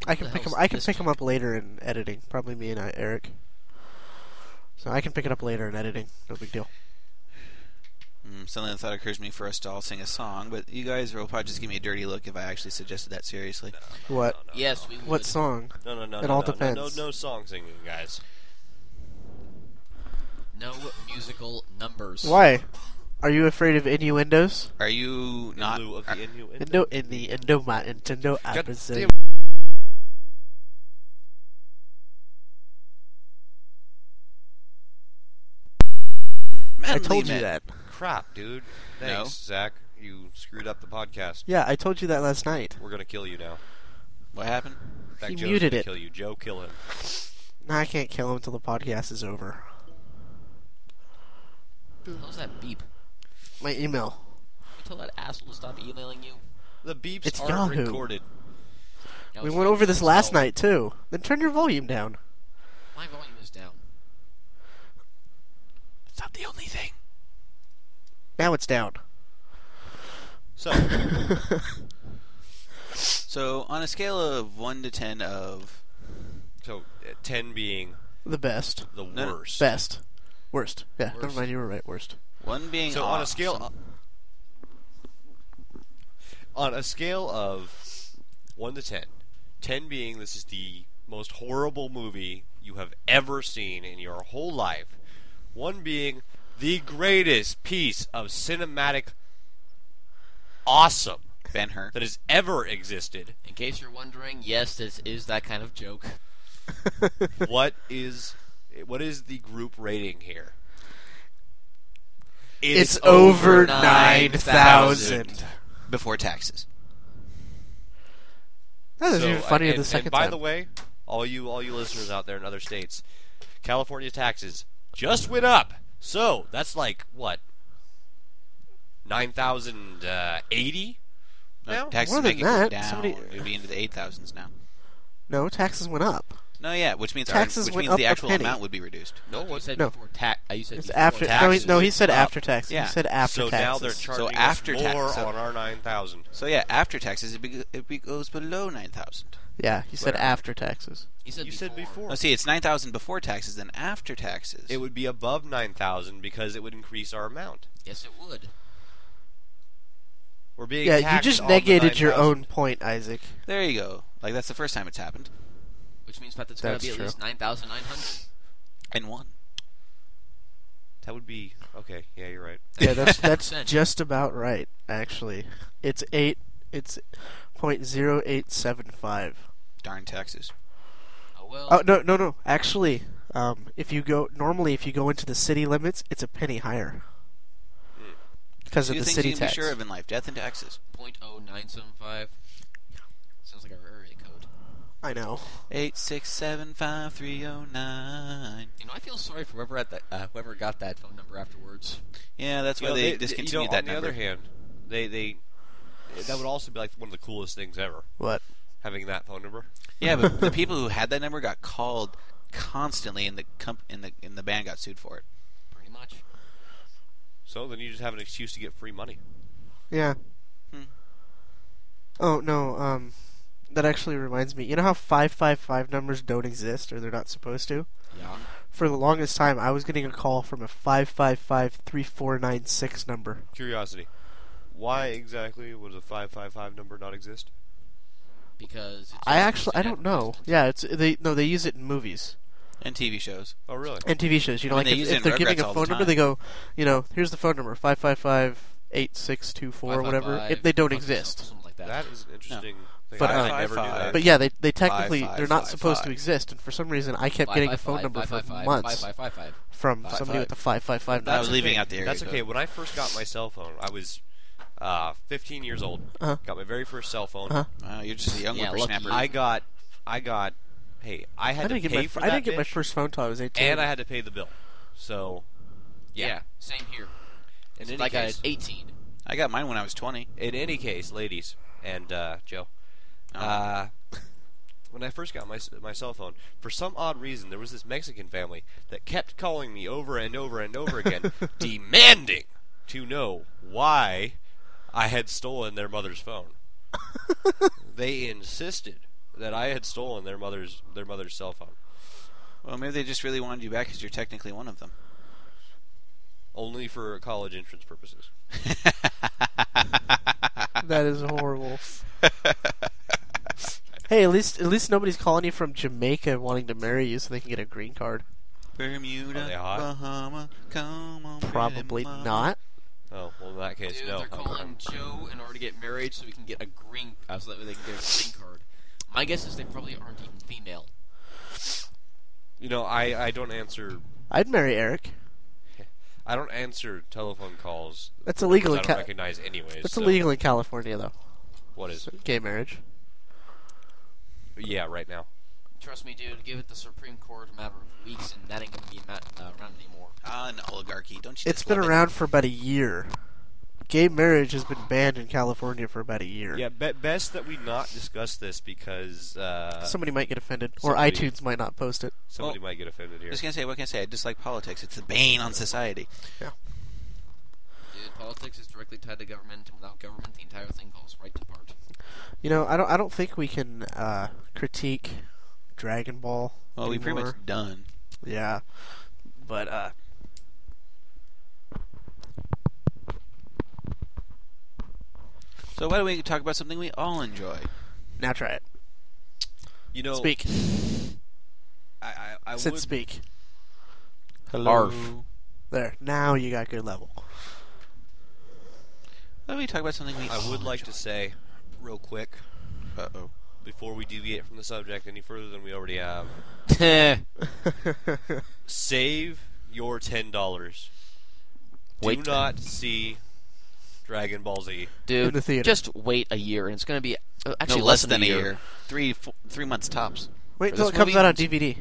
Speaker 2: I can
Speaker 3: The
Speaker 2: pick
Speaker 3: hell's
Speaker 2: him. I can
Speaker 3: this
Speaker 2: pick him up later in editing. Probably me and I, Eric. So I can pick it up later in editing. No big deal.
Speaker 1: Mm, suddenly the thought occurs to me for us to all sing a song, but you guys will probably just give me a dirty look if I actually suggested that seriously.
Speaker 2: What?
Speaker 4: No, no,
Speaker 3: Yes, we would.
Speaker 2: What song?
Speaker 4: No, no, no.
Speaker 2: It
Speaker 4: no,
Speaker 2: all
Speaker 4: no, no,
Speaker 2: depends.
Speaker 4: No, no, song singing, guys.
Speaker 3: No musical numbers.
Speaker 2: Why? Are you afraid of innuendos?
Speaker 1: Are you
Speaker 3: Uh,
Speaker 1: not?
Speaker 4: in lieu of
Speaker 1: are-
Speaker 4: the innuendo.
Speaker 2: Indo in the Indo my Nintendo
Speaker 4: God
Speaker 2: opposite.
Speaker 4: damn it.
Speaker 2: I
Speaker 1: Manly
Speaker 2: told you
Speaker 1: men.
Speaker 2: that.
Speaker 4: crap, dude. Thanks,
Speaker 1: No.
Speaker 4: Zach. You screwed up the podcast.
Speaker 2: Yeah, I told you that last night.
Speaker 4: We're gonna kill you now.
Speaker 1: What happened?
Speaker 4: In fact,
Speaker 2: He
Speaker 4: Joe's
Speaker 2: muted
Speaker 4: gonna
Speaker 2: it.
Speaker 4: Kill you, Joe. Kill him.
Speaker 2: Nah, I can't kill him until the podcast is over.
Speaker 3: How's that beep?
Speaker 2: My email.
Speaker 3: Can you tell that asshole to stop emailing you?
Speaker 4: The beeps
Speaker 2: It's
Speaker 4: aren't
Speaker 2: Yahoo.
Speaker 4: recorded.
Speaker 3: Now
Speaker 2: We
Speaker 3: it's
Speaker 2: went
Speaker 3: like-
Speaker 2: over this last
Speaker 3: No,
Speaker 2: night too. Then turn your volume down.
Speaker 3: My volume is down.
Speaker 1: It's not the only thing.
Speaker 2: Now it's down.
Speaker 4: So,
Speaker 1: So, on a scale of one to ten of
Speaker 4: so uh, ten being
Speaker 2: The best.
Speaker 4: the
Speaker 1: No, no.
Speaker 4: worst.
Speaker 2: Best. Worst. Yeah, never
Speaker 3: Worst.
Speaker 2: mind, you were
Speaker 4: [LAUGHS]
Speaker 2: right, worst.
Speaker 1: one being
Speaker 4: So on a
Speaker 1: awesome-
Speaker 4: scale, on a scale of one to ten, ten being this is the most horrible movie you have ever seen in your whole life. One being the greatest piece of cinematic awesome [LAUGHS]
Speaker 1: Ben Hur.
Speaker 4: that has ever existed.
Speaker 3: In case you're wondering, yes, this is that kind of joke.
Speaker 4: what is what is the group rating here? oh,
Speaker 2: It's,
Speaker 3: over
Speaker 2: over
Speaker 3: 9,000.
Speaker 2: 9,000.
Speaker 1: Before taxes.
Speaker 2: That was
Speaker 4: So,
Speaker 2: even funnier
Speaker 4: and,
Speaker 2: the second
Speaker 4: and by
Speaker 2: time.
Speaker 4: the way, all you all you listeners out there in other states, California taxes just went up. So that's like what nine thousand eighty.
Speaker 1: No,
Speaker 4: Now?
Speaker 1: taxes
Speaker 2: More than
Speaker 1: make it go
Speaker 2: that,
Speaker 1: down.
Speaker 2: somebody-
Speaker 1: It would be into the eight thousands now.
Speaker 2: no, taxes went up.
Speaker 1: No, yeah, which means
Speaker 2: Taxes
Speaker 1: our, which
Speaker 2: went
Speaker 1: means the
Speaker 2: up a
Speaker 1: actual
Speaker 2: penny.
Speaker 1: amount would be reduced.
Speaker 4: No
Speaker 3: you
Speaker 4: one.
Speaker 3: said
Speaker 2: No.
Speaker 3: before tax. Uh, you said
Speaker 2: It's
Speaker 3: before
Speaker 2: after. No, he,
Speaker 3: taxes.
Speaker 2: no, he said
Speaker 4: up.
Speaker 2: after tax.
Speaker 1: Yeah.
Speaker 2: He said after
Speaker 4: So
Speaker 2: taxes.
Speaker 4: now they're charging
Speaker 1: after
Speaker 4: us
Speaker 1: tax-
Speaker 4: more
Speaker 1: so-
Speaker 4: on our nine thousand.
Speaker 1: So yeah, after taxes, it, be, it be, goes below nine thousand.
Speaker 2: yeah, he said
Speaker 4: Whatever.
Speaker 2: after taxes.
Speaker 3: He said
Speaker 4: You said before.
Speaker 2: Oh,
Speaker 1: No, see, it's nine thousand before taxes, then after taxes.
Speaker 4: It would be above nine thousand because it would increase our amount.
Speaker 3: Yes, it would.
Speaker 4: We're being
Speaker 2: Yeah, you
Speaker 4: taxed
Speaker 2: just
Speaker 4: on the
Speaker 2: negated your
Speaker 4: 9,000.
Speaker 2: own point, Isaac.
Speaker 1: There you go. Like that's the first time it's happened.
Speaker 3: Which means that it's going to
Speaker 2: That's
Speaker 3: be at
Speaker 2: true.
Speaker 3: least 9,900.
Speaker 1: And one.
Speaker 4: That would be okay. Yeah, you're right.
Speaker 1: [LAUGHS]
Speaker 2: Yeah, that's that's
Speaker 3: 9%.
Speaker 2: just about right. Actually, it's eight. It's point zero eight seven five.
Speaker 1: Darn taxes.
Speaker 3: Oh, well.
Speaker 2: Oh no no no! Actually, um, if you go normally, if you go into the city limits, it's a penny higher because of
Speaker 1: Two
Speaker 2: the
Speaker 1: things
Speaker 2: city
Speaker 1: you can
Speaker 2: tax.
Speaker 1: be sure of in life: death and taxes.
Speaker 3: 0.0975. Sounds like our area code.
Speaker 2: I know.
Speaker 1: Eight six seven five three zero nine.
Speaker 3: You know, I feel sorry for whoever, at that, uh, whoever got that phone number afterwards.
Speaker 1: Yeah, that's
Speaker 4: You
Speaker 1: why
Speaker 4: know,
Speaker 1: they,
Speaker 4: you know,
Speaker 1: discontinued
Speaker 4: on
Speaker 1: that
Speaker 4: the
Speaker 1: number.
Speaker 4: other hand, they they that would also be like one of the coolest things ever,
Speaker 2: What?
Speaker 4: having that phone number.
Speaker 1: yeah, but
Speaker 2: [LAUGHS]
Speaker 1: the people who had that number got called constantly, and the comp- and the and the band got sued for it.
Speaker 3: Pretty much.
Speaker 4: So then you just have an excuse to get free money.
Speaker 2: Yeah.
Speaker 1: Hmm.
Speaker 2: Oh no. Um, that actually reminds me. You know how five five five numbers don't exist or they're not supposed to.
Speaker 3: Yeah.
Speaker 2: For the longest time, I was getting a call from a five five five three four nine six number.
Speaker 4: Curiosity. Why exactly would a five five five number not exist?
Speaker 3: Because. It's
Speaker 2: I
Speaker 3: just
Speaker 2: actually I
Speaker 3: an
Speaker 2: don't know.
Speaker 3: advertisement.
Speaker 2: Yeah, it's they no they use it in movies
Speaker 1: And TV shows.
Speaker 4: Oh, really?
Speaker 2: and TV shows. You know,
Speaker 1: I mean,
Speaker 2: like
Speaker 1: they
Speaker 2: if,
Speaker 1: use it
Speaker 2: if
Speaker 1: in
Speaker 2: they're giving
Speaker 1: Rugrats
Speaker 2: a
Speaker 1: all the
Speaker 2: phone number,
Speaker 1: time.
Speaker 2: they go, you know, here's the phone number five five five eight six two four or whatever.
Speaker 3: 555,
Speaker 2: It, they don't
Speaker 3: something-
Speaker 2: exist.
Speaker 3: Something like that.
Speaker 4: That is an interesting. Thing.
Speaker 2: But,
Speaker 4: I,
Speaker 2: uh,
Speaker 4: I never knew that.
Speaker 2: But yeah, they they technically
Speaker 1: five,
Speaker 2: they're not
Speaker 1: five,
Speaker 2: supposed to
Speaker 1: five.
Speaker 2: exist, and for some reason I kept getting a phone number for months from
Speaker 3: five,
Speaker 1: five.
Speaker 2: somebody with a five five five
Speaker 1: I
Speaker 2: number.
Speaker 1: was leaving out the area
Speaker 4: That's okay.
Speaker 1: code.
Speaker 4: When I first got my cell phone, I was uh, 15 years old.
Speaker 2: Uh-huh.
Speaker 4: Got my very first cell phone.
Speaker 2: Uh-huh.
Speaker 1: Wow, Uh, you're just a young
Speaker 3: Yeah,
Speaker 1: whippersnapper.
Speaker 3: lucky.
Speaker 4: I got, I got. Hey, I
Speaker 2: I
Speaker 4: had to
Speaker 2: didn't get
Speaker 4: pay
Speaker 2: my
Speaker 4: for
Speaker 2: I
Speaker 4: that
Speaker 2: didn't get my
Speaker 4: bitch,
Speaker 2: first phone till I was eighteen.
Speaker 4: and I had to pay the bill. So
Speaker 3: Yeah.
Speaker 4: Yeah.
Speaker 3: Same here.
Speaker 4: in
Speaker 3: It's
Speaker 4: any
Speaker 3: like
Speaker 4: case,
Speaker 3: a 18.
Speaker 1: I got mine when I was 20.
Speaker 4: in any case, ladies and uh, Joe,
Speaker 3: Uh-huh.
Speaker 4: uh, when I first got my s- my cell phone, for some odd reason, there was this Mexican family that kept calling me over and over and over
Speaker 3: [LAUGHS]
Speaker 4: again, demanding to know why I had stolen their mother's
Speaker 3: [LAUGHS]
Speaker 4: phone. they insisted that I had stolen their mother's their mother's cell phone.
Speaker 1: Well, maybe they just really wanted you back because you're technically one of them.
Speaker 4: Only for college entrance purposes.
Speaker 2: [LAUGHS] that is horrible. hey, at least at least nobody's calling you from Jamaica wanting to marry you so they can get a green card.
Speaker 1: Bermuda,
Speaker 4: Are they hot?
Speaker 1: Bahama, come on. pretty
Speaker 2: Probably
Speaker 1: mama.
Speaker 2: not.
Speaker 4: Oh well, in that case,
Speaker 3: Dude,
Speaker 4: no.
Speaker 3: they're calling Joe in order to get married so we can get a green, uh, so that way they can get a green card. My guess is they probably aren't even female.
Speaker 4: You know, I, I don't answer
Speaker 2: I'd marry Eric.
Speaker 4: I don't answer telephone calls.
Speaker 2: That's
Speaker 4: numbers
Speaker 2: illegal
Speaker 4: I
Speaker 2: in
Speaker 4: don't
Speaker 2: Ca-
Speaker 4: recognize anyways.
Speaker 2: That's
Speaker 4: so
Speaker 2: illegal in California though.
Speaker 4: What is?
Speaker 2: Gay marriage.
Speaker 4: Yeah, right now.
Speaker 3: Trust me, dude. Give it the Supreme Court a matter of weeks, and that ain't gonna be ma- uh, around anymore.
Speaker 1: Ah, an oligarchy. Don't you?
Speaker 2: It's
Speaker 1: just
Speaker 2: been
Speaker 1: love it?
Speaker 2: around for about a year. Gay marriage has been banned in California for about a year.
Speaker 4: Yeah, be- best that we not discuss this because uh,
Speaker 2: Somebody might get offended, or
Speaker 4: somebody-
Speaker 2: iTunes might not post it.
Speaker 4: somebody
Speaker 1: Well-
Speaker 4: might get offended
Speaker 1: I
Speaker 4: here.
Speaker 1: was gonna say, what can I say? I dislike politics. It's the bane on society.
Speaker 3: Dude, politics is directly tied to government, and without government, the entire thing falls right to [LAUGHS] part.
Speaker 2: You know, I don't. I don't think we can uh, critique Dragon Ball.
Speaker 1: Well, we pretty much
Speaker 2: anymore.
Speaker 1: done.
Speaker 2: Yeah, but uh,
Speaker 1: So why don't we talk about something we all enjoy?
Speaker 2: now try it.
Speaker 4: You know,
Speaker 2: Speak.
Speaker 4: I, I, I
Speaker 2: Said
Speaker 4: would.
Speaker 2: speak.
Speaker 1: Hello.
Speaker 4: Arf.
Speaker 2: There. Now you got good level. [LAUGHS]
Speaker 1: Why don't we talk about something we?
Speaker 4: I would like to say, real quick,
Speaker 1: Uh oh.
Speaker 4: before we deviate from the subject any further than we already have, save your ten dollars. Do
Speaker 3: Wait.
Speaker 4: not see Dragon Ball Z.
Speaker 3: Dude,
Speaker 2: In the theater.
Speaker 3: just wait a year, and it's gonna be uh,
Speaker 1: No,
Speaker 3: actually
Speaker 1: less than a year. Three, four, three months tops.
Speaker 2: Wait
Speaker 3: For
Speaker 2: till
Speaker 3: this
Speaker 2: it comes
Speaker 3: movie?
Speaker 2: out on DVD,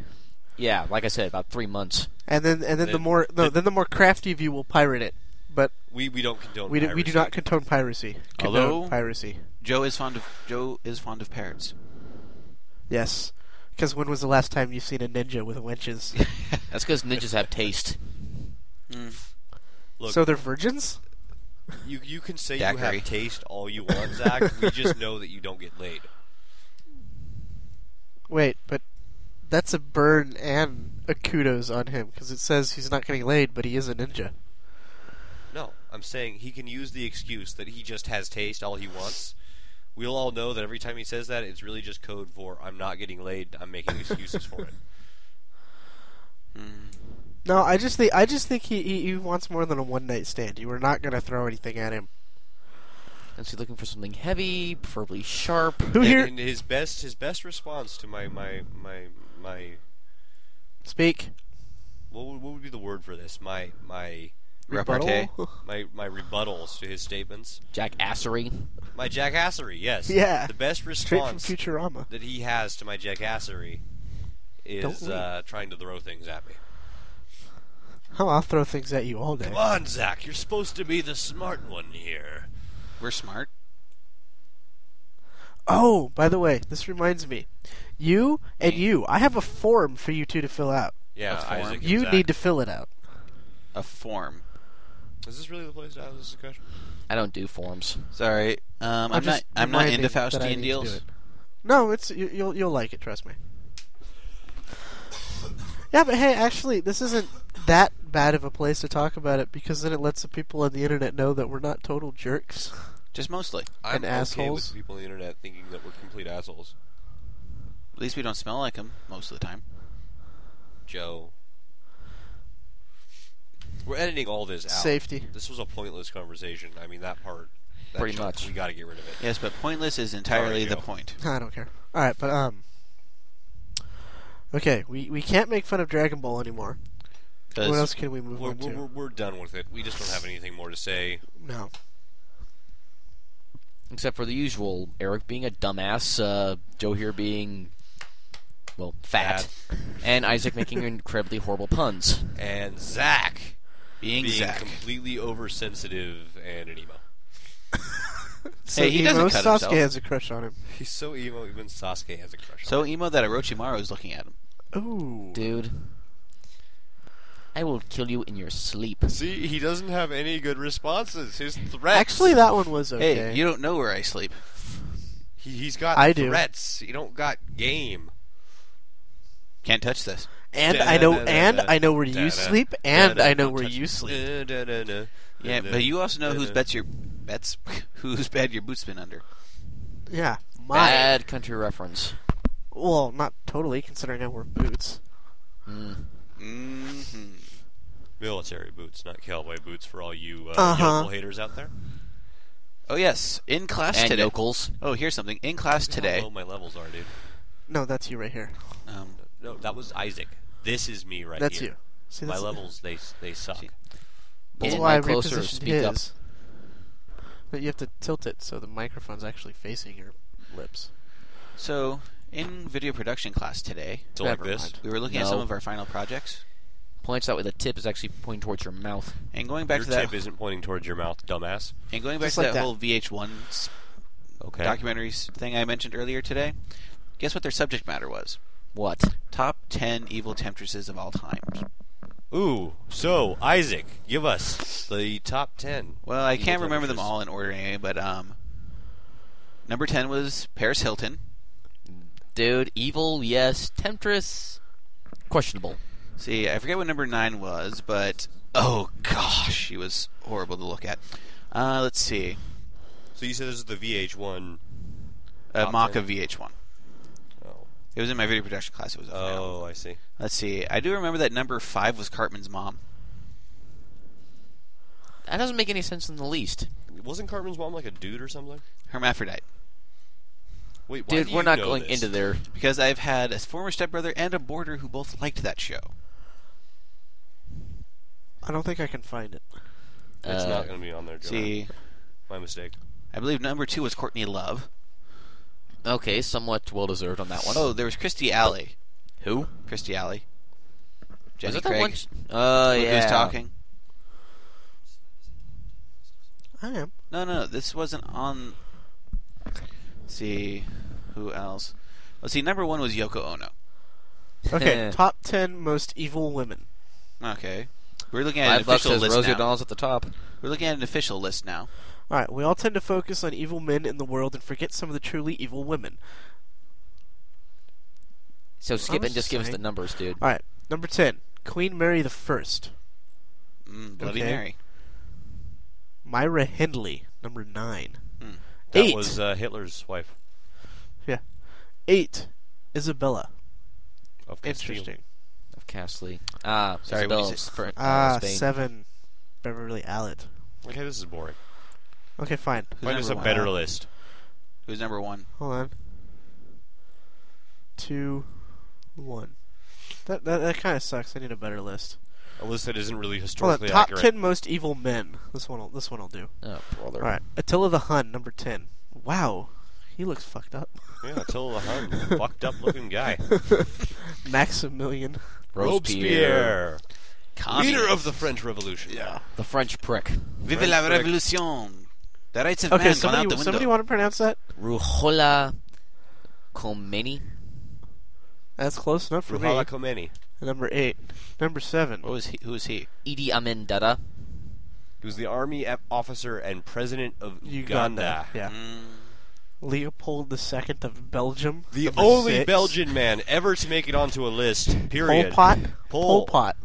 Speaker 3: Yeah, like I said, about three months.
Speaker 2: and then and then the
Speaker 4: Then-
Speaker 2: more no,
Speaker 4: then-
Speaker 2: then the more crafty of you will pirate it. But
Speaker 4: We we don't condone.
Speaker 2: we do, we do
Speaker 4: piracy.
Speaker 2: not condone piracy. Condone
Speaker 1: Although-
Speaker 2: piracy. [LAUGHS]
Speaker 1: Joe is fond of Joe is fond of parrots.
Speaker 2: Yes. Because when was the last time you've seen a ninja with wenches?
Speaker 5: That's because ninjas have taste.
Speaker 1: Mm.
Speaker 4: Look,
Speaker 2: so they're virgins?
Speaker 4: you you can say you
Speaker 1: Daiquiri.
Speaker 4: have taste all you want, Zach. we just know that you don't get laid.
Speaker 2: Wait, but that's a burn and a kudos on him because it says he's not getting laid, but he is a ninja.
Speaker 4: No, I'm saying he can use the excuse that he just has taste all he wants. We'll all know that every time he says that, it's really just code for I'm not getting laid. I'm making excuses for it.
Speaker 1: Mm.
Speaker 2: No, I just think I just think he, he, he wants more than a one night stand. You were not gonna throw anything at him.
Speaker 5: And so you're looking for something heavy, preferably
Speaker 2: [LAUGHS]
Speaker 5: sharp.
Speaker 2: Who
Speaker 4: and,
Speaker 2: here?
Speaker 4: and his best his best response to my my my my
Speaker 2: Speak.
Speaker 4: what would, what would be the word for this? My my
Speaker 1: Repartee.
Speaker 2: Rebuttal?
Speaker 4: my my rebuttals to his statements.
Speaker 5: Jackassery.
Speaker 4: My jackassery, yes.
Speaker 2: Yeah.
Speaker 4: The best
Speaker 2: [LAUGHS] Straight from
Speaker 4: response
Speaker 2: Futurama.
Speaker 4: that he has to my jackassery
Speaker 2: Don't
Speaker 4: is
Speaker 2: leave.
Speaker 4: uh, trying to throw things at me.
Speaker 2: Oh, I'll throw things at you all day.
Speaker 4: Come on, Zach, you're supposed to be the smart one here.
Speaker 1: We're smart.
Speaker 2: Oh, by the way, this reminds me. You and you, I have a form for you two to fill out.
Speaker 4: Yeah,
Speaker 1: That's
Speaker 4: Isaac.
Speaker 1: form.
Speaker 4: and
Speaker 2: You
Speaker 4: Zach.
Speaker 2: need to fill it out.
Speaker 1: A form.
Speaker 4: Is this really the place to have this discussion?
Speaker 5: I don't do forms.
Speaker 1: Sorry. Um, I'm, not.
Speaker 2: just
Speaker 1: I'm not
Speaker 2: reminding
Speaker 1: into
Speaker 2: that I
Speaker 1: Faustian
Speaker 2: need to do
Speaker 1: deals.
Speaker 2: it. No, it's you, you'll you'll like it. Trust me. Yeah, but hey, actually, this isn't that bad of a place to talk about it because then it lets the people on the internet know that we're not total jerks.
Speaker 1: Just mostly.
Speaker 4: I'm
Speaker 2: And
Speaker 4: okay
Speaker 2: assholes.
Speaker 4: with people on the internet thinking that we're complete assholes.
Speaker 1: At least we don't smell like them most of the time.
Speaker 4: Joe. We're editing all this out.
Speaker 2: Safety.
Speaker 4: This was a pointless conversation. I mean, that part. That
Speaker 5: Pretty
Speaker 4: chunk,
Speaker 5: much.
Speaker 4: We got to get rid of it.
Speaker 1: Yes, but pointless is entirely
Speaker 4: Sorry,
Speaker 1: the
Speaker 4: Joe.
Speaker 1: point.
Speaker 2: I don't care. All right, but um, okay, we we can't make fun of Dragon Ball anymore. What
Speaker 1: Because
Speaker 2: else can we move
Speaker 4: We're,
Speaker 2: on to?
Speaker 4: we're, we're, we're done with it. We just don't have anything more to say.
Speaker 2: No.
Speaker 5: Except for the usual Eric being a dumbass, uh, Joe here being, well, fat,
Speaker 3: [LAUGHS]
Speaker 5: and Isaac making incredibly horrible puns.
Speaker 4: And Zach
Speaker 1: being
Speaker 4: being
Speaker 1: Zach,
Speaker 4: completely oversensitive and an emo.
Speaker 2: So
Speaker 1: he doesn't
Speaker 2: emo
Speaker 1: cut
Speaker 2: Sasuke
Speaker 1: himself.
Speaker 2: has a crush on him.
Speaker 4: He's so emo, even Sasuke has a crush on
Speaker 1: so emo that Orochimaru is looking at him.
Speaker 2: Ooh.
Speaker 5: Dude, I will kill you in your sleep.
Speaker 4: him. See, he doesn't have any good responses. His threats.
Speaker 2: Actually, that one was okay.
Speaker 1: Hey, you don't know where I sleep.
Speaker 4: He, he's got
Speaker 2: I do.
Speaker 4: threats. You don't got game.
Speaker 1: Can't touch this.
Speaker 2: And
Speaker 4: Da-
Speaker 2: I know,
Speaker 4: da- da-
Speaker 2: and
Speaker 4: da-
Speaker 2: I know where
Speaker 4: da-
Speaker 2: you
Speaker 4: da-
Speaker 2: sleep,
Speaker 4: da-
Speaker 2: and
Speaker 4: da-
Speaker 2: I know
Speaker 4: don't
Speaker 2: where
Speaker 4: touch
Speaker 2: you
Speaker 4: me.
Speaker 2: sleep.
Speaker 4: Da- da- da- da.
Speaker 1: Yeah,
Speaker 4: Da-
Speaker 1: but you also know
Speaker 4: da-
Speaker 1: whose
Speaker 4: da.
Speaker 1: bets your bets [LAUGHS] whose bed your boots been under.
Speaker 2: Yeah, my
Speaker 5: Bad country reference.
Speaker 2: well, not totally considering I wear boots.
Speaker 5: Mm.
Speaker 1: Mm-hmm.
Speaker 4: military boots, not cowboy boots, for all you uh,
Speaker 2: Uh-huh.
Speaker 4: yokel haters out there.
Speaker 1: Oh yes, in class
Speaker 5: And
Speaker 1: today.
Speaker 5: yokels.
Speaker 1: Oh, here's something. In class
Speaker 4: Look at How
Speaker 1: today.
Speaker 4: low my levels are, dude.
Speaker 2: No, that's you right here.
Speaker 1: Um,
Speaker 4: No, that was Isaac. This is me right
Speaker 2: that's
Speaker 4: here.
Speaker 2: you. See,
Speaker 4: My
Speaker 2: that's,
Speaker 4: levels they they suck.
Speaker 1: See.
Speaker 2: That's
Speaker 5: Pull
Speaker 2: why I
Speaker 5: my closer,
Speaker 2: repositioned
Speaker 5: speak
Speaker 2: his.
Speaker 5: up.
Speaker 2: But you have to tilt it so the microphone's actually facing your lips.
Speaker 1: so in video production class today,
Speaker 4: So like
Speaker 5: Never
Speaker 4: this.
Speaker 1: we were looking at
Speaker 5: No.
Speaker 1: some of our final projects,
Speaker 5: Points out where the tip is actually pointing towards your mouth.
Speaker 1: and going back
Speaker 4: Your
Speaker 1: to that,
Speaker 4: tip isn't pointing towards your mouth, dumbass.
Speaker 1: and going back
Speaker 2: Just
Speaker 1: to
Speaker 2: like
Speaker 1: that,
Speaker 2: that.
Speaker 1: whole VH1 s-
Speaker 4: Okay.
Speaker 1: documentary s thing I mentioned earlier today. Guess what their subject matter was?
Speaker 5: What?
Speaker 1: Top ten evil temptresses of all time.
Speaker 4: Ooh. So Isaac, give us the top ten.
Speaker 1: Well, I
Speaker 4: Evil
Speaker 1: can't remember them
Speaker 4: temptresses.
Speaker 1: all in order, anyway, but um, number ten was Paris Hilton.
Speaker 5: Dude, evil, yes. Temptress, questionable.
Speaker 1: See, I forget what number nine was, but oh gosh, she was horrible to look at. Uh, let's see,
Speaker 4: So you said this is the VH1.
Speaker 1: a
Speaker 4: Top
Speaker 1: mock
Speaker 4: ten.
Speaker 1: of VH1.
Speaker 4: Oh.
Speaker 1: It was in my video production class. It was. up there.
Speaker 4: Oh, I see.
Speaker 1: Let's see. I do remember that number five was Cartman's mom.
Speaker 5: That doesn't make any sense in the least.
Speaker 4: Wasn't Cartman's mom like a dude or something?
Speaker 1: Hermaphrodite.
Speaker 4: Wait, why
Speaker 5: Dude,
Speaker 4: do
Speaker 5: we're
Speaker 4: you
Speaker 5: not
Speaker 4: know
Speaker 5: going
Speaker 4: this?
Speaker 5: into there.
Speaker 1: Because I've had a former stepbrother and a boarder who both liked that show.
Speaker 2: I don't think I can find it.
Speaker 4: It's
Speaker 5: Uh,
Speaker 4: not going to be on there. Jonah.
Speaker 1: See,
Speaker 4: my mistake.
Speaker 1: I believe number two was Courtney Love.
Speaker 5: Okay, somewhat well deserved on that one.
Speaker 1: Oh, there was Christy Alley.
Speaker 5: who?
Speaker 1: Christy Alley.
Speaker 5: Is
Speaker 1: Jenny
Speaker 5: that
Speaker 1: Craig.
Speaker 5: that one? Oh,
Speaker 1: Look
Speaker 5: yeah.
Speaker 1: Who's talking?
Speaker 2: I am.
Speaker 1: No, no, this wasn't on. Let's see, who else? Let's see. Number one was Yoko Ono.
Speaker 4: [LAUGHS]
Speaker 2: Okay, top ten most evil women.
Speaker 1: Okay. We're looking at an
Speaker 5: Five bucks
Speaker 1: official
Speaker 5: says
Speaker 1: list
Speaker 5: Rosie
Speaker 1: now.
Speaker 5: O'Donnell's at the top.
Speaker 1: We're looking at an official list now.
Speaker 2: All right, we all tend to focus on evil men in the world and forget some of the truly evil women.
Speaker 5: So skip
Speaker 2: was
Speaker 5: and just give us
Speaker 2: saying-
Speaker 5: the numbers, dude.
Speaker 2: All right, number ten, Queen Mary the First,
Speaker 1: Mm, Bloody
Speaker 2: Okay.
Speaker 1: Mary.
Speaker 2: Myra Hindley, number nine.
Speaker 1: Mm.
Speaker 4: That
Speaker 2: Eight,
Speaker 4: was uh, Hitler's wife.
Speaker 2: eight, Isabella.
Speaker 4: Of Castile.
Speaker 2: Interesting.
Speaker 5: Of Castley. Ah,
Speaker 1: Sorry, what is
Speaker 5: Isabel
Speaker 1: it?
Speaker 5: Fr- uh,
Speaker 2: Ah,
Speaker 5: Spain.
Speaker 2: seven, Beverly Allen.
Speaker 4: Okay, this is boring.
Speaker 2: Okay, fine.
Speaker 1: Who's
Speaker 4: Find us
Speaker 1: number
Speaker 4: a
Speaker 1: one?
Speaker 4: better list.
Speaker 1: Who's number one?
Speaker 2: Hold on. Two, one. That that, that kind of sucks. I need a better list.
Speaker 4: A list that isn't really
Speaker 2: Hold on.
Speaker 4: historically
Speaker 2: Top
Speaker 4: accurate.
Speaker 2: ten most evil men. This one. will This one will do.
Speaker 5: Oh, brother.
Speaker 2: All right. Attila the Hun, number ten. Wow, he looks fucked up.
Speaker 4: Yeah, Attila the
Speaker 2: [LAUGHS]
Speaker 4: Hun, fucked up looking guy.
Speaker 2: Maximilian.
Speaker 4: Robespierre, leader
Speaker 1: Communist.
Speaker 4: of the French Revolution. Yeah.
Speaker 5: The French prick.
Speaker 1: Vive la
Speaker 4: French-
Speaker 1: Revolution. The rights of
Speaker 2: Okay,
Speaker 1: man gone out
Speaker 2: somebody
Speaker 1: the window.
Speaker 2: somebody want to pronounce that?
Speaker 5: Ruhola Khomeini.
Speaker 2: That's close enough for
Speaker 4: Ruhollah
Speaker 2: me.
Speaker 4: Khomeini.
Speaker 2: Number eight. Number seven.
Speaker 1: What was he? Who is he?
Speaker 5: Idi Amin Dada.
Speaker 4: He was the army ap- officer and president of Uganda.
Speaker 2: Uganda. Yeah.
Speaker 1: Mm,
Speaker 2: Leopold II of Belgium.
Speaker 4: The
Speaker 2: number
Speaker 4: only
Speaker 2: six.
Speaker 4: Belgian man ever to make it onto a list.
Speaker 2: Pol
Speaker 4: Period.
Speaker 2: Pot. Pol
Speaker 4: Pol
Speaker 2: Pot.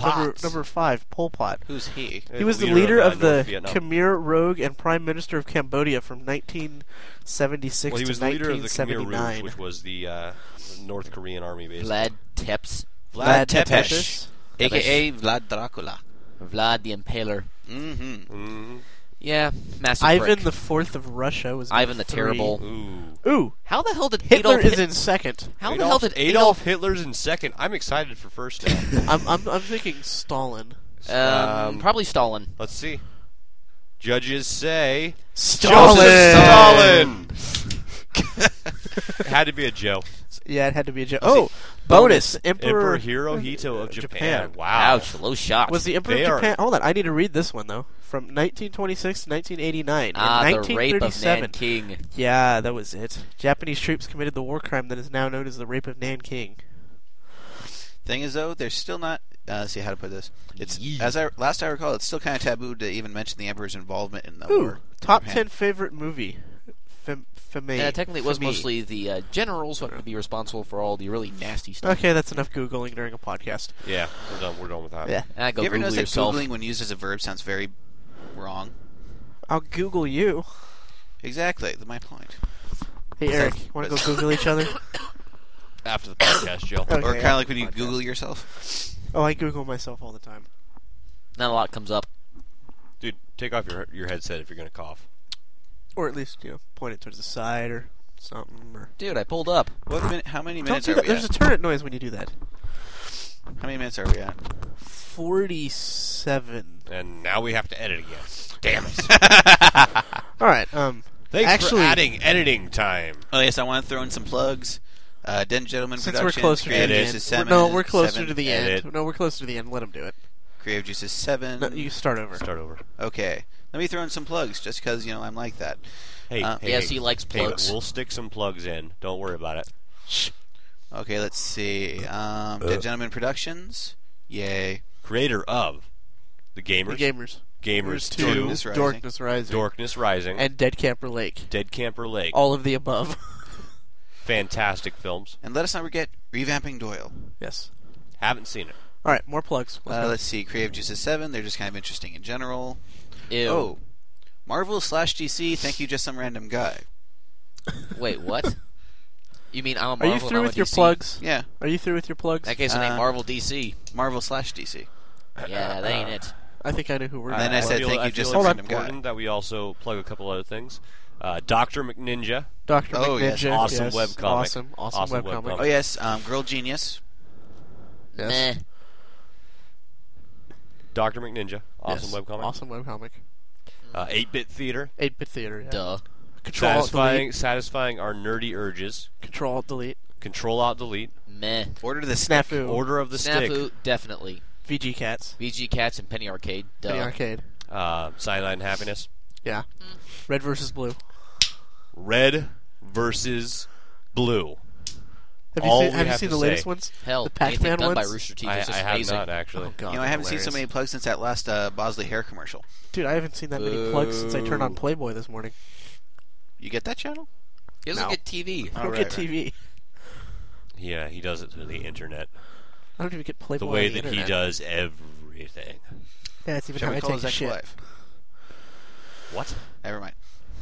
Speaker 2: Number,
Speaker 4: Pot.
Speaker 2: number five. Pol Pot.
Speaker 1: who's he?
Speaker 4: Uh,
Speaker 2: He was the leader of
Speaker 4: uh, North
Speaker 2: the
Speaker 4: Vietnam.
Speaker 2: Khmer Rouge and Prime Minister of Cambodia from 1976
Speaker 4: well, he was
Speaker 2: to
Speaker 4: the leader of the Khmer Rouge,
Speaker 2: 1979.
Speaker 4: which was the uh, North Korean army base.
Speaker 5: Vlad Tepes.
Speaker 1: Vlad Tepes.
Speaker 2: Tepes.
Speaker 1: AKA Vlad Dracula.
Speaker 5: Vlad the Impaler.
Speaker 1: Mm-hmm.
Speaker 4: Mhm.
Speaker 5: Yeah, massive prick.
Speaker 2: Ivan the Fourth of Russia was
Speaker 5: Ivan
Speaker 2: number
Speaker 5: the
Speaker 2: three.
Speaker 5: Terrible.
Speaker 4: Ooh.
Speaker 2: Ooh,
Speaker 5: How the hell did
Speaker 2: Hitler
Speaker 5: Adolf
Speaker 2: is in second.
Speaker 5: How the hell
Speaker 4: Adolf,
Speaker 5: did
Speaker 4: Adolf Hitler's in second? I'm excited for first now.
Speaker 2: I'm, I'm I'm thinking Stalin.
Speaker 5: [LAUGHS] Um,
Speaker 4: Um,
Speaker 5: probably Stalin.
Speaker 4: Let's see. Judges say
Speaker 2: Stalin.
Speaker 4: Joseph Stalin. Had to be a Joe.
Speaker 2: Yeah, it had to be a joke. Oh, bonus. Emperor,
Speaker 4: Emperor Hirohito of Japan.
Speaker 2: Japan.
Speaker 4: Wow.
Speaker 5: Ouch, low shot.
Speaker 2: was the Emperor
Speaker 4: They
Speaker 2: of
Speaker 4: are-
Speaker 2: Japan. Hold on, I need to read this one though. From 1926 to 1989
Speaker 5: ah,
Speaker 2: and
Speaker 5: the rape of
Speaker 2: 1937.
Speaker 5: Nanking.
Speaker 2: Yeah, that was it. Japanese troops committed the war crime that is now known as the Rape of Nanking.
Speaker 1: Thing is, though, they're still not. Uh, let's see how to put this. It's as I last I recall, it's still kind of taboo to even mention the emperor's involvement in the
Speaker 2: Ooh,
Speaker 1: war.
Speaker 2: top
Speaker 1: Japan.
Speaker 2: ten favorite movie. Fem- femme.
Speaker 5: Yeah, Uh, technically it was
Speaker 2: femme.
Speaker 5: mostly the uh, generals who have to be responsible for all the really nasty stuff.
Speaker 2: Okay, that's enough googling during a podcast.
Speaker 4: Yeah, we're done. We're done with that.
Speaker 2: Yeah,
Speaker 5: Ah, go
Speaker 1: you ever
Speaker 5: Google
Speaker 1: notice that
Speaker 5: yourself.
Speaker 1: googling when used as a verb sounds very wrong?
Speaker 2: I'll Google you.
Speaker 1: Exactly. My point.
Speaker 2: Hey Eric, want to go Google each
Speaker 5: [LAUGHS]
Speaker 2: other?
Speaker 4: After the podcast, Joe.
Speaker 2: Okay,
Speaker 1: or kind
Speaker 2: yeah.
Speaker 1: of like when you Google yourself.
Speaker 2: Oh, I Google myself all the time.
Speaker 5: Not a lot comes up.
Speaker 4: Dude, take off your your headset if you're gonna cough.
Speaker 2: Or at least you know, point it towards the side or something. Or
Speaker 5: Dude, I pulled up.
Speaker 1: What min- how many
Speaker 2: don't
Speaker 1: minutes
Speaker 2: do
Speaker 1: are
Speaker 2: that.
Speaker 1: we
Speaker 2: There's a
Speaker 1: at?
Speaker 2: turret noise when you do that.
Speaker 1: how many minutes are we at?
Speaker 2: Forty-seven.
Speaker 4: And now we have to edit again. Damn it!
Speaker 2: All right. Um.
Speaker 4: Thanks
Speaker 2: Actually-
Speaker 4: for adding editing time.
Speaker 1: Oh yes, I want to throw in some plugs. Uh, Den Gentleman
Speaker 2: Since we're
Speaker 1: Productions.
Speaker 2: closer to
Speaker 1: Creative
Speaker 2: the
Speaker 1: Juices
Speaker 2: end, we're-
Speaker 1: Seven.
Speaker 2: no, we're closer
Speaker 1: Seven.
Speaker 2: to the
Speaker 4: Edit.
Speaker 2: end. No, we're closer to the end. Let him do it.
Speaker 1: Creative Juices Seven.
Speaker 2: No, you start over.
Speaker 4: Start over.
Speaker 1: Okay, let me throw in some plugs just because you know I'm like that.
Speaker 4: Hey,
Speaker 1: Uh,
Speaker 4: hey,
Speaker 5: yes,
Speaker 4: hey,
Speaker 5: he likes
Speaker 4: hey,
Speaker 5: plugs.
Speaker 4: we'll stick some plugs in. Don't worry about it.
Speaker 1: Okay, let's see. Um, Dead Gentleman Productions. Yay.
Speaker 4: Creator of the
Speaker 2: The
Speaker 4: gamers,
Speaker 2: gamers.
Speaker 4: gamers
Speaker 2: Two.
Speaker 4: two,
Speaker 1: Dorkness Rising.
Speaker 2: Darkness Rising.
Speaker 4: Dorkness Rising,
Speaker 2: And Dead Camper Lake.
Speaker 4: Dead Camper Lake.
Speaker 2: All of the above. [LAUGHS]
Speaker 4: Fantastic films.
Speaker 1: And let us not forget Revamping Doyle.
Speaker 2: yes.
Speaker 4: Haven't seen it.
Speaker 2: All right. More plugs. Let's
Speaker 1: Uh,
Speaker 2: go.
Speaker 1: let's see, Creative Juices 7. They're just kind of interesting in general.
Speaker 5: Ew.
Speaker 1: Oh, Marvel slash DC. Thank you, just some random guy.
Speaker 5: Wait, what? you mean I'm a
Speaker 2: Are
Speaker 5: Marvel
Speaker 2: you
Speaker 5: and I'm
Speaker 2: through
Speaker 5: a
Speaker 2: with your
Speaker 5: DC?
Speaker 2: plugs?
Speaker 1: Yeah,
Speaker 2: Are you through with your
Speaker 5: In
Speaker 2: plugs?
Speaker 5: that case, I
Speaker 1: Uh,
Speaker 5: ain't Marvel DC.
Speaker 1: Marvel slash DC.
Speaker 5: Yeah, that
Speaker 2: uh,
Speaker 5: ain't it.
Speaker 2: I think I knew who we're.
Speaker 1: Then I said
Speaker 4: feel,
Speaker 1: thank you,
Speaker 4: I
Speaker 1: just
Speaker 4: feel
Speaker 1: a
Speaker 4: it's
Speaker 1: random guy.
Speaker 4: important that we also plug a couple other things. Uh, Doctor McNinja,
Speaker 2: Doctor
Speaker 1: Oh, yes,
Speaker 2: McNinja.
Speaker 4: awesome
Speaker 2: yes.
Speaker 4: webcomic.
Speaker 2: Awesome, awesome,
Speaker 4: Awesome
Speaker 2: webcomic.
Speaker 4: webcomic.
Speaker 1: Oh yes, um, Girl Genius.
Speaker 2: Yes.
Speaker 5: Meh.
Speaker 4: Doctor McNinja, awesome
Speaker 2: yes.
Speaker 4: webcomic.
Speaker 2: Awesome webcomic.
Speaker 4: Uh, 8-bit theater,
Speaker 2: 8-bit theater. Yeah.
Speaker 5: Duh.
Speaker 2: Control Alt
Speaker 4: satisfying
Speaker 2: Delete.
Speaker 4: satisfying our nerdy urges.
Speaker 2: Control Alt Delete.
Speaker 4: Control Alt Delete.
Speaker 5: Meh.
Speaker 1: Order the snap.
Speaker 2: Snafu.
Speaker 4: Order of the
Speaker 5: Snafu,
Speaker 4: Stick.
Speaker 5: definitely.
Speaker 2: VG Cats.
Speaker 5: VG Cats and Penny Arcade. Duh.
Speaker 2: Penny Arcade.
Speaker 4: Uh, Cyanide and Happiness.
Speaker 2: Yeah. Red versus Blue.
Speaker 4: Red versus Blue.
Speaker 2: Have you
Speaker 4: all
Speaker 2: seen,
Speaker 4: we
Speaker 2: have you
Speaker 4: have
Speaker 2: seen
Speaker 4: to
Speaker 2: the latest
Speaker 4: say.
Speaker 2: ones?
Speaker 5: Hell,
Speaker 2: the Pac-Man
Speaker 3: anything done by
Speaker 2: ones?
Speaker 3: Rooster Teeth
Speaker 4: I,
Speaker 3: is just
Speaker 4: I have
Speaker 3: amazing.
Speaker 4: not actually.
Speaker 2: Oh god,
Speaker 1: you know, I haven't
Speaker 2: hilarious.
Speaker 1: seen so many plugs since that last uh, Bosley hair commercial.
Speaker 2: Dude, I haven't seen that many plugs since I turned on
Speaker 5: Boo.
Speaker 2: Playboy this morning.
Speaker 1: You get that channel?
Speaker 3: He doesn't
Speaker 2: No.
Speaker 3: get TV.
Speaker 2: I don't
Speaker 1: Oh,
Speaker 2: get
Speaker 1: right, right.
Speaker 2: TV.
Speaker 4: Yeah, he does it through the internet.
Speaker 2: I don't even get Playboy.
Speaker 4: The way
Speaker 2: on the
Speaker 4: that he
Speaker 2: internet.
Speaker 4: does everything.
Speaker 2: Yeah, it's even
Speaker 1: Shall
Speaker 2: how
Speaker 1: we
Speaker 2: I
Speaker 1: call
Speaker 2: take
Speaker 1: his
Speaker 2: a shit.
Speaker 1: ex-wife?
Speaker 4: What?
Speaker 1: Never mind.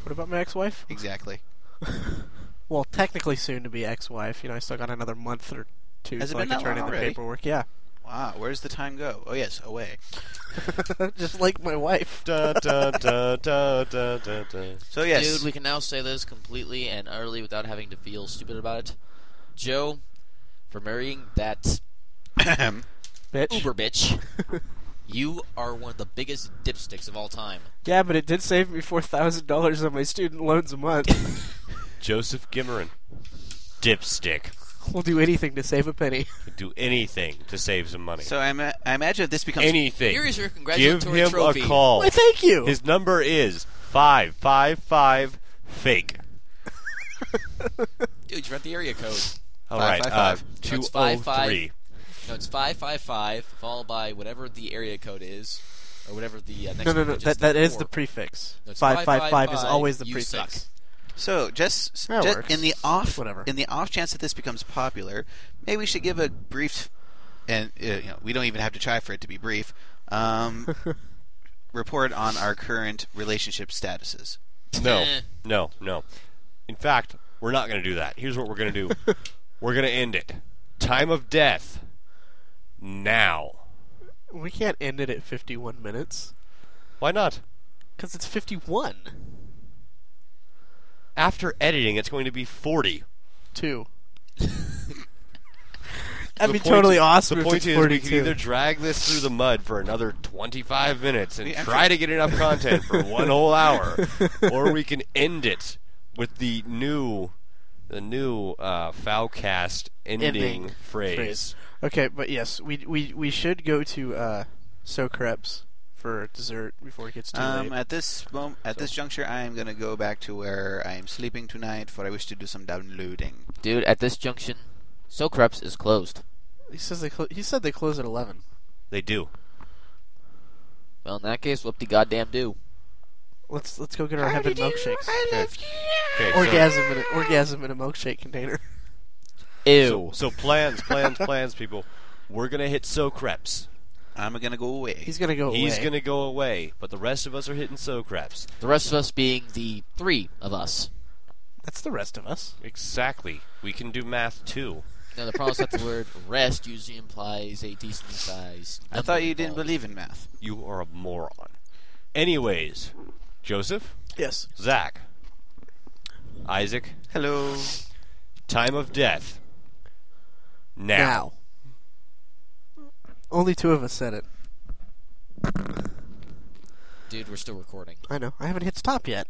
Speaker 2: What about my ex-wife?
Speaker 1: Exactly.
Speaker 2: [LAUGHS] Well, technically soon to be ex-wife. You know, I still got another month or two
Speaker 1: Has it
Speaker 2: so
Speaker 1: been
Speaker 2: I
Speaker 1: that
Speaker 2: can turn in
Speaker 1: long
Speaker 2: the
Speaker 1: already?
Speaker 2: paperwork. Yeah, [LAUGHS]
Speaker 1: Wow, where's the time go? Oh yes, away.
Speaker 2: just like my wife.
Speaker 4: da, da, da, da, da, da, da.
Speaker 1: So yes,
Speaker 3: Dude,
Speaker 1: [COUGHS]
Speaker 3: we can now say this completely and utterly without having to feel stupid about it. Joe, for marrying that
Speaker 2: [LAUGHS] Bitch.
Speaker 3: uber bitch,
Speaker 2: [LAUGHS]
Speaker 3: you are one of the biggest dipsticks of all time.
Speaker 2: Yeah, but it did save me four thousand dollars on my student loans a month.
Speaker 4: Joseph Gimmerin. Dipstick.
Speaker 2: we'll do anything to save a penny.
Speaker 4: Could do anything to save some money.
Speaker 1: so I, ima- I imagine if this becomes
Speaker 4: anything.
Speaker 3: Here is your congratulatory
Speaker 4: Give him
Speaker 3: trophy.
Speaker 4: a call.
Speaker 2: Why, thank you.
Speaker 4: His number is five five five fake.
Speaker 3: Dude, you read the area code.
Speaker 4: All
Speaker 1: Five,
Speaker 4: right,
Speaker 1: five, five.
Speaker 4: uh,
Speaker 3: No,
Speaker 4: two
Speaker 3: it's
Speaker 4: oh
Speaker 3: five, five.
Speaker 4: three.
Speaker 3: No, it's 555, followed by whatever the area code is, or whatever the uh, next
Speaker 2: no, no, no.
Speaker 3: digit
Speaker 2: That that is
Speaker 3: before.
Speaker 2: the prefix.
Speaker 3: No, it's
Speaker 2: Five five five is
Speaker 3: 555,
Speaker 2: always the
Speaker 3: you
Speaker 2: prefix.
Speaker 3: suck.
Speaker 1: so just,
Speaker 2: That
Speaker 1: just
Speaker 2: works.
Speaker 1: in the off
Speaker 2: Whatever.
Speaker 1: in the off chance that this becomes popular, maybe we should give a brief and uh, you know, we don't even have to try for it to be brief. [LAUGHS] Um, report on our current relationship statuses.
Speaker 4: No,
Speaker 3: Eh.
Speaker 4: no, no. In fact, we're not going to do that. Here's what we're going
Speaker 3: [LAUGHS]
Speaker 4: to do. we're going to end it. Time of death. Now.
Speaker 2: We can't end it at fifty-one minutes
Speaker 4: Why not?
Speaker 2: because it's fifty-one.
Speaker 4: After editing, it's going to be 40.
Speaker 2: Two. That'd
Speaker 4: The
Speaker 2: be
Speaker 4: point-
Speaker 2: totally awesome
Speaker 4: The
Speaker 2: if
Speaker 4: point
Speaker 2: it's
Speaker 4: is, we could
Speaker 2: 42.
Speaker 4: either drag this through the mud for another 25 minutes and
Speaker 1: We
Speaker 4: try to get enough content for one whole
Speaker 2: [LAUGHS]
Speaker 4: hour, or we can end it with the new, the new uh, Foulcast ending,
Speaker 2: Ending
Speaker 4: phrase.
Speaker 2: phrase. Okay, but yes, we we we should go to uh, So Krebs for dessert before it gets too
Speaker 1: Um,
Speaker 2: late.
Speaker 1: at this mom- at this juncture, I am going to go back to where I am sleeping tonight, for I wish to do some downloading.
Speaker 5: Dude, at this junction, Socreps is closed.
Speaker 2: He says they clo- he said they close at eleven.
Speaker 4: They do.
Speaker 5: Well, in that case, whoop the goddamn do.
Speaker 2: Let's let's go get our heaven milkshakes.
Speaker 4: Okay, so-
Speaker 2: Orgasm in a, orgasm in a milkshake container. [LAUGHS]
Speaker 5: Ew.
Speaker 4: So plans, plans, plans, people. We're gonna hit Socraps.
Speaker 1: I'm going to go away.
Speaker 2: He's gonna go
Speaker 4: He's
Speaker 2: away.
Speaker 4: gonna go away, but the rest of us are hitting Socraps.
Speaker 5: the rest of us being the three of us.
Speaker 2: That's the rest of us.
Speaker 4: Exactly. We can do math too.
Speaker 5: Now, the problem is that the word [LAUGHS] rest usually implies a decently sized.
Speaker 1: I thought you didn't believe in math.
Speaker 4: You are a moron. Anyways, Joseph,
Speaker 2: Yes.
Speaker 4: Zach, Isaac,
Speaker 1: Hello.
Speaker 4: time of death. Now.
Speaker 2: Now. Only two of us said it.
Speaker 3: Dude, we're still recording.
Speaker 2: I know. I haven't hit stop yet.